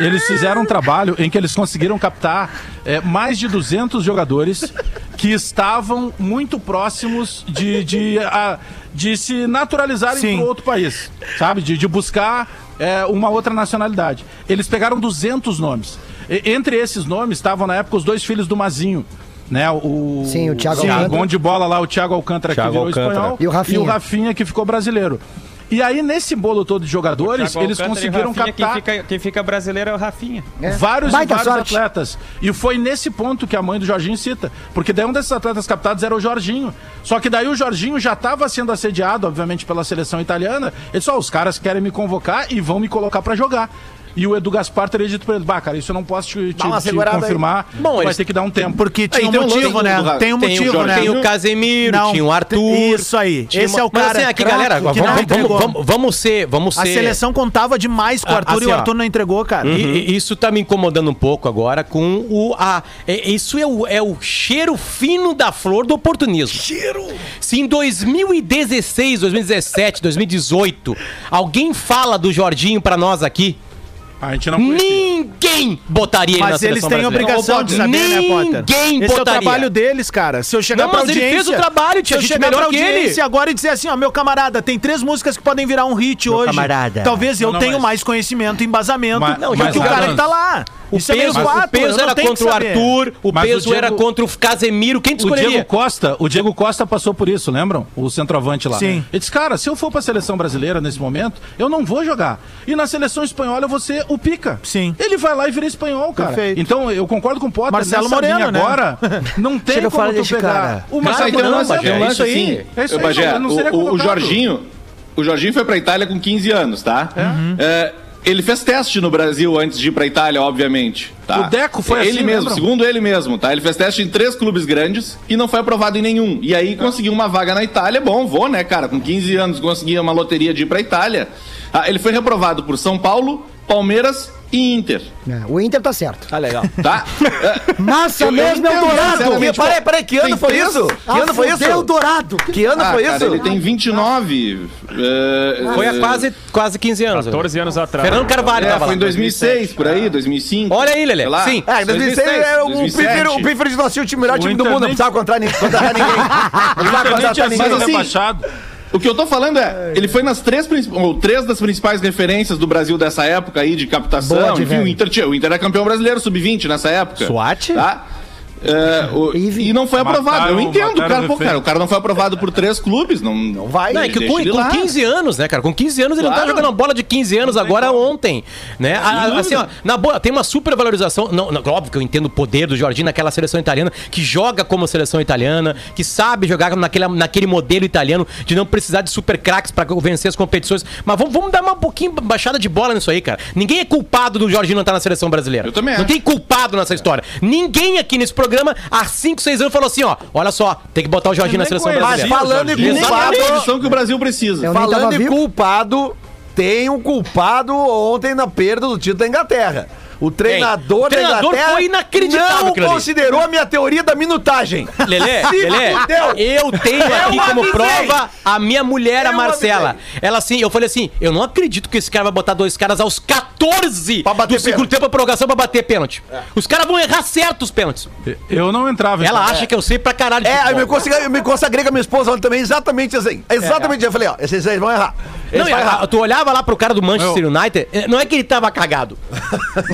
Eles fizeram um trabalho em que eles conseguiram captar eh, mais de 200 jogadores que estavam muito próximos de, de, ah, de se naturalizarem para outro país, sabe? De, de buscar eh, uma outra nacionalidade. Eles pegaram 200 nomes. E- entre esses nomes estavam na época os dois filhos do Mazinho. Né, o,
Sim, o Thiago
Alcântara.
Alcântara.
bom de bola lá, o Thiago Alcântara que
Thiago
virou
Alcântara.
espanhol.
E o Rafinha.
Rafinha que ficou brasileiro. E aí, nesse bolo todo de jogadores,
Thiago
eles
Tá Alcântara e
conseguiram
Rafinha,
captar
Quem fica, quem fica brasileiro é o Rafinha.
vários e
Baita
vários
sorte.
atletas. E foi nesse ponto que a mãe do Jorginho cita. Porque daí um desses atletas captados era o Jorginho. Só que daí o Jorginho já estava sendo assediado, obviamente, pela seleção italiana. Ele só, os caras querem me convocar e vão me colocar pra jogar. E o Edu Gaspar teria dito pra ele, bah, cara, isso eu não posso te, te-
uma
te
segurada aí."
confirmar,
Bom,
vai
eles-
ter que dar um tempo.
Porque
Aí
tinha um
tem o lance
motivo,
do- do
né?
Rafinha.
Tem um
Tem o
motivo,
Jorginho,
né?
tem o Casemiro,
Não,
tinha o Arthur.
Isso aí.
tinha
Esse
uma-
é o
Mas
cara
assim, aqui,
craque
galera,
que
vamos,
não
vamos,
entregou.
vamos, vamos- vamos ser. Vamos ser
A seleção Uhum. contava demais com o
Ah,
Arthur e
assim,
o
ó.
Arthur não entregou, cara.
E- e- isso tá me incomodando um pouco agora com o. A, é- isso é o, é o cheiro fino da flor do oportunismo. Cheiro! Se em 2016, 2017, 2018, alguém fala do Jorginho pra nós aqui,
então, A gente não conhecia.
ninguém botaria ele na
Mas eles
seleção
têm
brasileira.
obrigação de saber, né, Potter?
Ninguém
Esse é o
botaria.
trabalho deles, cara. Se eu chegar
Não,
pra
mas ele
audiência...
fez o trabalho,
se
tia,
eu
a gente
chegar pra
melhor que ele.
audiência agora e dizer assim, ó, meu camarada, tem três músicas que podem virar um hit hoje.
camarada.
Talvez eu
Não, não,
tenho
mas-
mais conhecimento, embasamento
Mas-
do
mas
que o cara
Alan,
que tá lá.
O
Isso é meio
peso, o
fato, eu
peso
não
era
tenho que
contra o
saber.
Arthur, o
Mas o
peso era
Diego-
contra o Casemiro. Quem te
O Diego
escolheria?
Costa, o Diego Costa passou por isso, lembram? O centroavante lá.
Sim.
Ele disse, cara, se eu for pra seleção brasileira nesse momento, eu não vou jogar. E na seleção espanhola eu vou ser o pica.
Sim.
Ele vai lá e vira espanhol, cara.
Perfeito.
Então eu concordo com o Potter.
Marcelo
nessa
Moreno,
linha
né?
agora, não tem
Chega
como
fora
tu
desse
pegar.
cara.
O
Mas aí
Marcelo
tem um
Moreno,
lance, Bagé,
é
isso
assim.
aí.
É isso
Ô,
aí,
Bagé,
não- não seria
o, o
colocado.
Jorginho, o Jorginho foi pra Itália com 15 anos, tá? É, ele fez teste no Brasil antes de ir pra Itália, obviamente. tá?
O Deco foi
ele
assim,
mesmo,
lembram?
segundo ele mesmo, tá? Ele fez teste em três clubes grandes e não foi aprovado em nenhum. E aí conseguiu uma vaga na Itália. Bom, vou, né, cara? Com 15 anos consegui uma loteria de ir pra Itália. Ah, ele foi reprovado por São Paulo, Palmeiras e Inter,
É, o Inter tá certo.
Ah, legal.
tá?
Massa mesmo, é o Dourado.
Peraí, peraí, peraí, que ano
Tem
foi
três?
isso? Que ano foi
É o
isso?
Dourado.
Que ano
Ah,
foi
cara,
isso?
ele tem 29. eh,
Ah. Foi
eh,
há quase, quase 15 anos.
14 anos atrás.
Fernando Carvalho
É,
tava
foi
lá.
em 2006, por aí, 2005.
Olha aí, Lelê.
sei lá.
Sim.
É, em 2006 é o
2007.
primeiro, o primeiro de nós tinha o time, melhor
O
time do
Inter
mundo. Não
nem-
precisava contratar ninguém. Contratar ninguém. Não precisava
Ele
contratar
tinha
ninguém.
sido
assim,
rebaixado.
O que eu tô falando é, ele foi nas três, princip- ou três das principais referências do Brasil dessa época aí, de captação.
Boa, de
Enfim,
velho.
o Inter, tinha- o Inter é campeão brasileiro sub-20 nessa época.
SWAT?
Tá? É, o-
Ive.
e não foi aprovado. eu
Mataram-
entendo,
mataram
cara.
o
Pô,
defeito.
cara, o cara não foi aprovado por três clubes. Não, não vai.
Não, é que com,
deixa ele
com
lá.
15 anos, né, cara? Com 15 anos ele não tá
Claro.
jogando uma bola de 15 anos agora ontem, né? A- a- assim, ó, na boa, tem uma super valorização, não, não, óbvio que eu entendo o poder do Jorginho naquela seleção italiana, que joga como seleção italiana, que sabe jogar naquele, naquele modelo italiano de não precisar de super craques pra vencer as competições, mas vamos, vamos dar uma pouquinho baixada de bola nisso aí, cara. Ninguém é culpado do Jorginho não estar na seleção brasileira.
Eu também
Não
acho.
tem culpado nessa história. Ninguém aqui nesse programa há 5, 6 anos falou assim, ó, olha só, tem que botar o Jorginho na
nem
seleção
conhecia
Mas
brasileira.
falando
Nem
em
é a
culpado,
posição que o Brasil precisa.
É Eu nem
falando
tava
em
vivo.
culpado, tem um culpado ontem na perda do título da Inglaterra. O treinador,
O treinador
da Inglaterra
foi inacreditável aquilo
Não
ali.
considerou a minha teoria da minutagem.
Lelê,
Se
Lelê,
fudeu.
eu tenho
Eu
aqui como
É um avisei. É um
prova a minha mulher, a
Eu
Marcela. Ela assim, eu falei assim, eu não acredito que esse cara vai botar dois caras aos 14 pra
bater
do segundo
pênalti. É.
tempo pra prorrogação pra bater pênalti. Os caras vão errar certo os pênaltis.
Eu não entrava.
Ela
então.
acha que eu sei pra caralho. de
É, eu
futebol.
me, consagrei, eu me consagrei com a minha esposa ontem também, exatamente assim. Exatamente. Eu falei, ó, esses aí vão errar. Eles
É. Não, e
vão
a-
errar.
tu olhava lá pro cara do Manchester United, eh, não é que ele tava cagado.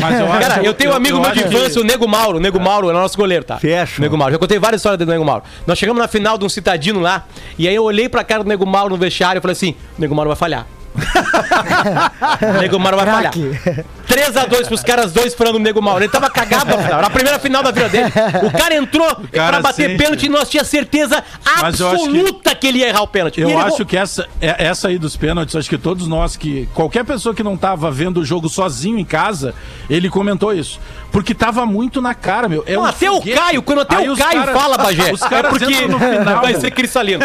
Mas eu acho
Cara,
que
eu tenho um amigo
eu
meu de
acho que- É.
infância, o Nego Mauro. O Nego Mauro era nosso goleiro, tá?
Fecha.
Nego Mauro. Já contei várias histórias do Nego Mauro. Nós chegamos na final de um citadino lá, e aí eu olhei pra cara do Nego Mauro no vestiário e falei assim: o Nego Mauro vai falhar. O Nego Mauro vai falhar. 3x2 pros caras, dois furando o Nego Mauro. Ele tava cagado na final. Era a primeira final da vida dele. O cara entrou pra
cara
bater
sente.
pênalti e nós tinha certeza
Mas eu acho que-
absoluta que... ele ia errar o pênalti. E
Eu
ele errou.
acho que essa, é- essa aí dos pênaltis, acho que todos nós que. Qualquer pessoa que não tava vendo o jogo sozinho em casa, ele comentou isso. Porque tava muito na cara, meu. É
Não,
um
até o
foguete.
Caio, quando até
Aí
o
os
Caio
cara-
fala, Bagé,
Os caras
é porque
entram no final.
vai ser cristalino.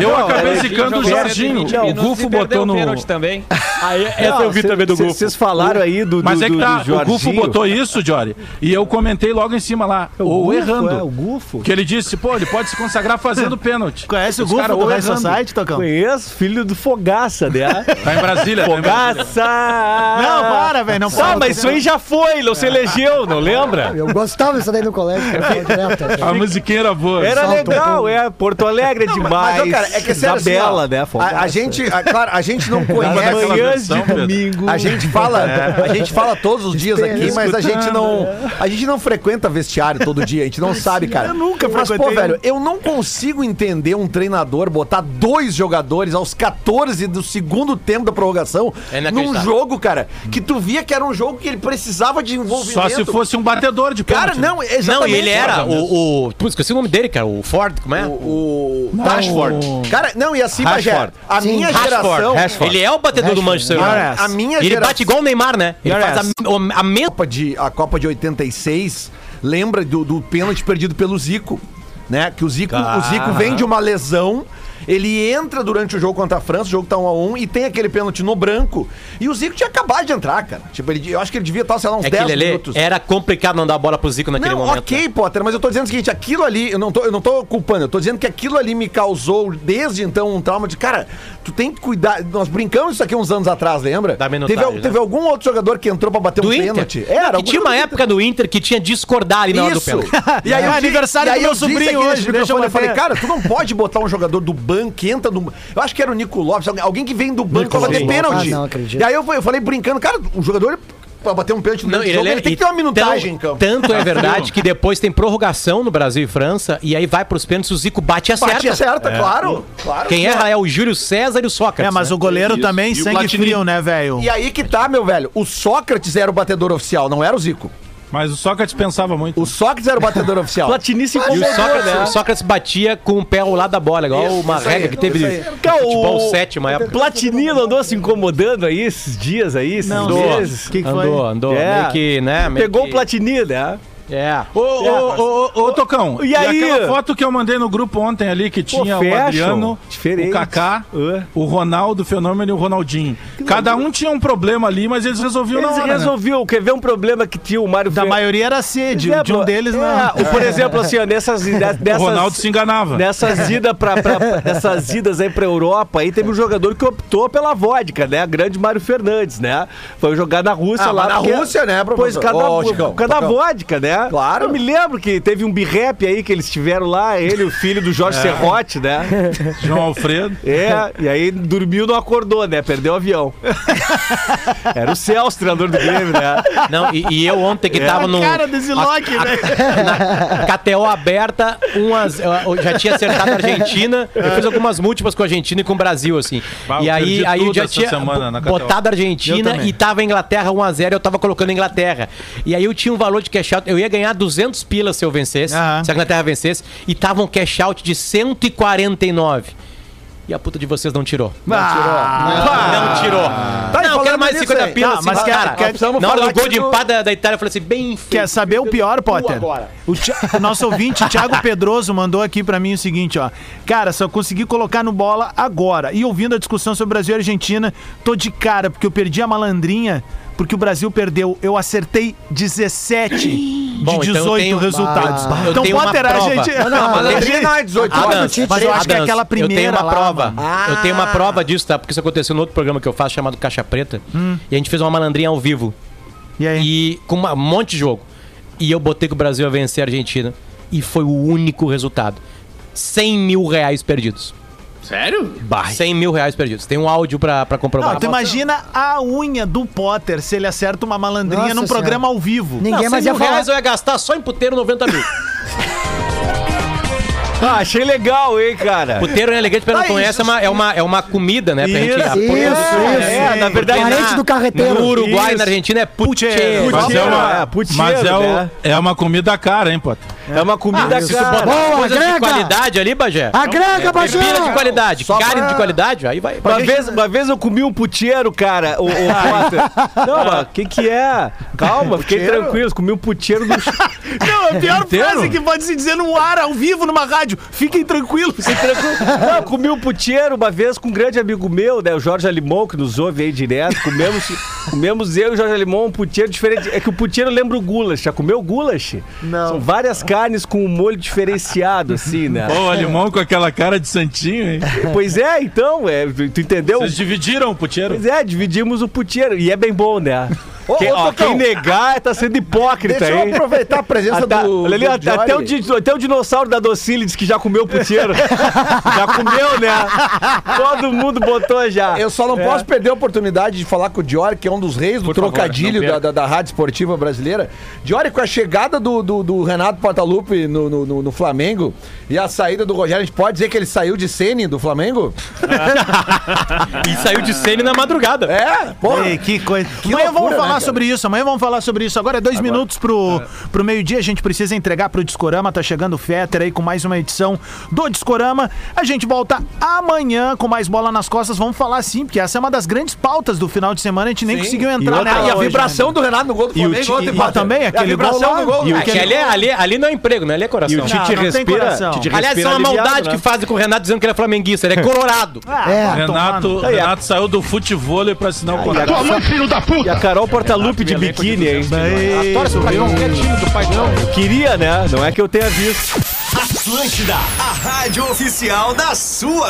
Eu acabei zicando o Jorginho. É, O Gufo botou no.
também.
Aí, essa eu vi
cê-
também do
cê-
Gufo.
Vocês falaram aí do, do
Mas é que
do-
tá,
do
o Gufo
Jorginho.
botou isso, Jory, e eu comentei logo em cima lá,
O
ou
Gufo,
errando.
é, o Gufo.
Que ele disse, pô, ele pode se consagrar fazendo pênalti.
Conhece o
Os
Gufo
cara
do
ou
é
High
errando.
Society, Tocão?
Conheço, filho do Fogaça, né?
Tá em Brasília, tá em Brasília.
Fogaça!
Não, para, velho, não
Tá,
fala.
mas isso aí já foi, não se elegeu, não lembra?
Eu gostava disso daí no colégio, cara, eu falava direto.
A musiquinha era boa.
Era
Salto
legal,
Gol.
é. Porto Alegre é demais.
Mas, ó, cara, é que é sério, assim,
Isabela,
ó,
né, Fogaça?
a, a gente, a- claro, a gente
é
não
Nas
Mas aquela
conhece.
manhãs de
versão, Pedro.
domingo.
A gente fala, a gente fala todos os dias aqui, mas a gente não, a gente não frequenta vestiário todo dia, a gente não sabe, cara. Eu nunca um- mas, pô,
frequentei.
velho, eu não consigo entender um treinador botar dois jogadores aos 14 do segundo tempo da prorrogação
É
num
inacreditável.
jogo, cara, que tu via que era um jogo que ele precisava de envolvimento.
Só se fosse um batedor de pênalti.
Cara, não, exatamente.
Não, e ele era
cara.
o, o. Putz, esqueci o nome dele, cara. O Ford, como é?
O, o
Rashford.
Cara, não, e assim, Bagé,
Rashford.
a
Sim,
minha
Rashford.
geração...
Rashford.
Ele é o batedor do Manchester United.
A minha
E ele
geração... é
bate igual o Neymar, né? Ele
Your
faz
ass.
a, o- a mesma.
Copa de, a Copa de 86, lembra do, do pênalti perdido pelo Zico, né? Que o Zico, o Zico vem de uma lesão, ele entra durante o jogo contra a França, o jogo tá 1 a 1 e tem aquele pênalti no branco. E o Zico tinha acabado de entrar, cara. Tipo, ele, eu acho que ele devia estar, sei lá, uns
É que
10
Lelê,
minutos.
era complicado não dar a bola pro Zico naquele
Não,
momento. né?
ok, Potter, mas eu tô dizendo o seguinte, aquilo ali, eu não, tô, eu não tô culpando, eu tô dizendo que aquilo ali me causou desde então um trauma de, cara, tu tem que cuidar, nós brincamos isso aqui uns anos atrás, lembra?
Da minutagem,
teve, al-
né?
teve algum outro jogador que entrou pra bater
Do
um
Inter.
pênalti?
Não, que
algum
tinha uma
jogador-
época do Inter que tinha discordar ali na hora do
isso.
pênalti.
E aí
É
eu
aniversário
e aí
do meu
eu disse
sobrinho
aqui
hoje,
nesse
deixa eu
microfone, eu
bater.
falei, cara, tu não pode botar um jogador do banco que entra no. Eu acho que era o Nico Lopes, alguém- alguém que vem do banco pra bater
Lopes.
pênalti.
Ah, não, acredito.
E aí eu, eu falei brincando, cara, o jogador pra bater um pênalti no
Não,
meio do
ele, é
jogo, ele tem que ter uma minutagem em campo.
Então, Tanto é verdade que depois tem prorrogação no Brasil e França, e aí vai pros pênaltis, o Zico bate e acerta.
Bate certa, claro. claro.
Quem erra é o Júlio César e o Sócrates.
É, mas
né?
o goleiro
Isso.
também,
E o
sangue
Platini.
frio, né, velho?
E aí que tá, meu velho. O Sócrates era o batedor oficial, não era o Zico.
Mas o Sócrates pensava muito.
O Sócrates era o batedor oficial.
Platini se
E o
incomodou,
Sócrates,
né?
o Sócrates batia com o pé ao lado da bola, igual uma
isso
regra
aí,
que teve
isso
de
aí. Então,
futebol 7, uma época.
Platini andou
assim,
se incomodando aí esses dias aí, esses
Não,
andou.
vezes. O que que foi?
andou, andou.
É.
Meio que, né? meio
Pegou
que-
o Platini, né?
É.
Ô, ô, ô, ô, ô, Tocão.
E aí?
aquela foto que eu mandei no grupo ontem ali, que tinha o
fashion,
Adriano,
diferente.
o Kaká,
É.
o Ronaldo, o Fenômeno e o Ronaldinho. Cada um tinha um problema ali, mas eles resolviam
Eles
na hora, né?
resolveu, quer ver um problema que tinha o Mário
Da
Fer-
maioria era sede,
Exemplo,
de um deles
é,
não.
o- Por exemplo, assim, ó, nessas,
O
dessas,
Ronaldo se enganava.
Nessas idas pra, pra- nessas idas aí pra Europa, aí teve um jogador que optou pela vodka, né? A grande Mário Fernandes, né? Foi jogar na Rússia
Ah,
lá.
mas na
porque-
Rússia, né,
Pois,
professor?
cada,
Ô, Chicão,
por causa da
Chicão.
vodka, né?
Claro.
Eu me lembro que teve um birrap aí que eles tiveram lá, ele e o filho do Jorge Serrote, né?
João Alfredo.
É, e aí dormiu, não acordou, né? Perdeu o avião. Era o Celso, treinador do Grêmio, né?
Não, e, e eu ontem que tava no.
É. Cara desse Loki, né? velho.
KTO aberta, umas, eu- eu já tinha acertado a Argentina.
É.
Eu fiz algumas múltiplas com a Argentina e com o Brasil, assim.
Bah,
e
eu
aí,
perdi
aí eu
tudo
já
essa
tinha
semana na KTO.
botado a
Eu
Argentina
também.
e tava a Inglaterra 1x0, eu tava colocando a Inglaterra. E aí eu tinha um valor de cash out, eu ia ganhar 200 pilas se eu vencesse,
Aham.
se a Inglaterra vencesse, e tava um cash out de 149. E a puta de vocês não tirou.
Não tirou.
Ah.
Tá, Não, não tirou.
Tá
e
não, eu quero
falando
mais
nisso
50
é.
aí.
pilas.
Tá,
assim,
mas quer-
cara,
quer-
na hora
falar
do gol
que
de
tu-
empada da Itália, eu falei assim, bem feito.
Quer saber o
um
pior, Potter?
agora.
O, Thi- o nosso ouvinte, Thiago Pedroso, mandou aqui pra mim o seguinte, ó. Cara, só consegui colocar no bola agora. E ouvindo a discussão sobre Brasil e Argentina, tô de cara, porque eu perdi a malandrinha, porque o Brasil perdeu. Eu acertei 17
Bom,
de
então eu
18
tenho-
resultados.
Ah, eu
então,
tenho uma
Potter, a
prova.
gente...
Não, não, a malandrinha
gente-
não é 18
Ah,
anos.
mas
Adams,
eu acho que é
Adams,
aquela primeira
Eu tenho uma
lá, Ah!
prova.
mano.
Eu tenho uma prova disso, tá? Porque isso aconteceu no outro programa que eu faço, chamado Caixa Preta.
Hum.
E a gente fez uma malandrinha ao vivo.
E aí?
E com uma- um monte de jogo. E eu botei que o Brasil ia vencer a Argentina. E foi o único resultado. 100 mil reais perdidos.
Sério?
Bah. 100 mil reais perdidos. Tem um áudio pra, pra comprovar.
Não, tu imagina a unha do Potter se ele acerta uma malandrinha
Nossa
num
Senhora.
programa ao vivo.
Ninguém mais ia
mil
falar.
reais eu ia gastar só em puteiro 90 mil.
Ah, achei legal, hein, cara.
Puteiro é elegante pra quem não conhece, é uma, é, uma, é uma comida, né? Pra gente
Isso,
apoiar.
isso,
É, na verdade,
Parente
na-
do carreteiro.
No Uruguai,
Isso.
na Argentina é puteiro.
Puteiro.
Mas é uma,
É, puteiro,
mas é, o-
né?
é uma comida cara, hein, Potter?
É uma comida cara.
Boa,
Coisas de
agrega.
qualidade ali, Bagé.
Agrega, Bajão!
Bebida de qualidade,
Só
carne
pra-
de qualidade, aí vai.
Uma vez, uma vez eu comi um puteiro, cara, o, o Potter. Não, mas o que que é? Calma, fiquei tranquilo, comi um puteiro do...
Não, é a pior
Inteiro?
frase que pode se dizer no ar, ao vivo, numa rádio. Fiquem tranquilos.
Não, eu comi um puteiro uma vez com um grande amigo meu, né, o Jorge Alimon, que nos ouve aí direto. Comemos, comemos eu e o Jorge Alimon um puteiro diferente. É que o puteiro lembra o goulash. Já comeu o goulash?
Não.
São várias carnes com um molho diferenciado, assim, né?
Pô, o alemão com aquela cara de santinho, hein?
Pois é, então, é, tu entendeu?
Vocês dividiram o puteiro?
Pois é, dividimos o puteiro. E é bem bom, né?
um-
quem,
ô,
ó,
Tocão.
quem negar tá sendo hipócrita,
Deixa eu
hein?
aproveitar a presença
Até,
do,
olha ali,
do
Ah, tá. até, até o,
Johnny.
di- até o dinossauro da Docile disse que já comeu o puteiro. já comeu, né? Todo mundo botou já.
Eu só não
É.
posso perder a oportunidade de falar com o Diori, que é um dos reis do
favor,
trocadilho
não
da,
perca.
da, da rádio esportiva brasileira. Diori, com a chegada do, do, do Renato Portaluppi no, no, no- no Flamengo e a saída do Rogério, a gente pode dizer que ele saiu de Sene do Flamengo?
E saiu de cena na madrugada.
É, porra.
Ei, que coisa. amanhã
loucura,
vamos
né,
falar
cara?
sobre isso, amanhã vamos falar sobre isso. Agora é dois minutos pro, pro meio-dia, a gente precisa entregar pro Discorama, tá chegando o Fetter aí com mais uma edição do Discorama. A gente volta amanhã com mais bola nas costas, vamos falar sim, porque essa é uma das grandes pautas do final de semana, a gente nem conseguiu entrar
Ah,
nela
e a
hoje,
vibração
né?
do Renato no gol do
E o
Flamengo
ti-
ontem,
e
Potter.
também,
E a
aquele gol
vibração
lá,
do gol.
e o
cara.
Que ali, é- ali, ali não é emprego, né? Ali é coração.
E o Tite
não tem
respira.
coração.
Tite
Aliás, isso é
respira
uma
aliviado,
maldade
né?
que fazem com o Renato dizendo que ele é flamenguista, ele é colorado.
Ah,
É.
vai tomar
Tá
no-
Renato, Renato saiu do futebol pra assinar o
É
contrato.
E a Carol Portalupe de biquíni, hein? Queria, né? Não é que eu tenha visto.
Atlântida, a rádio oficial da sua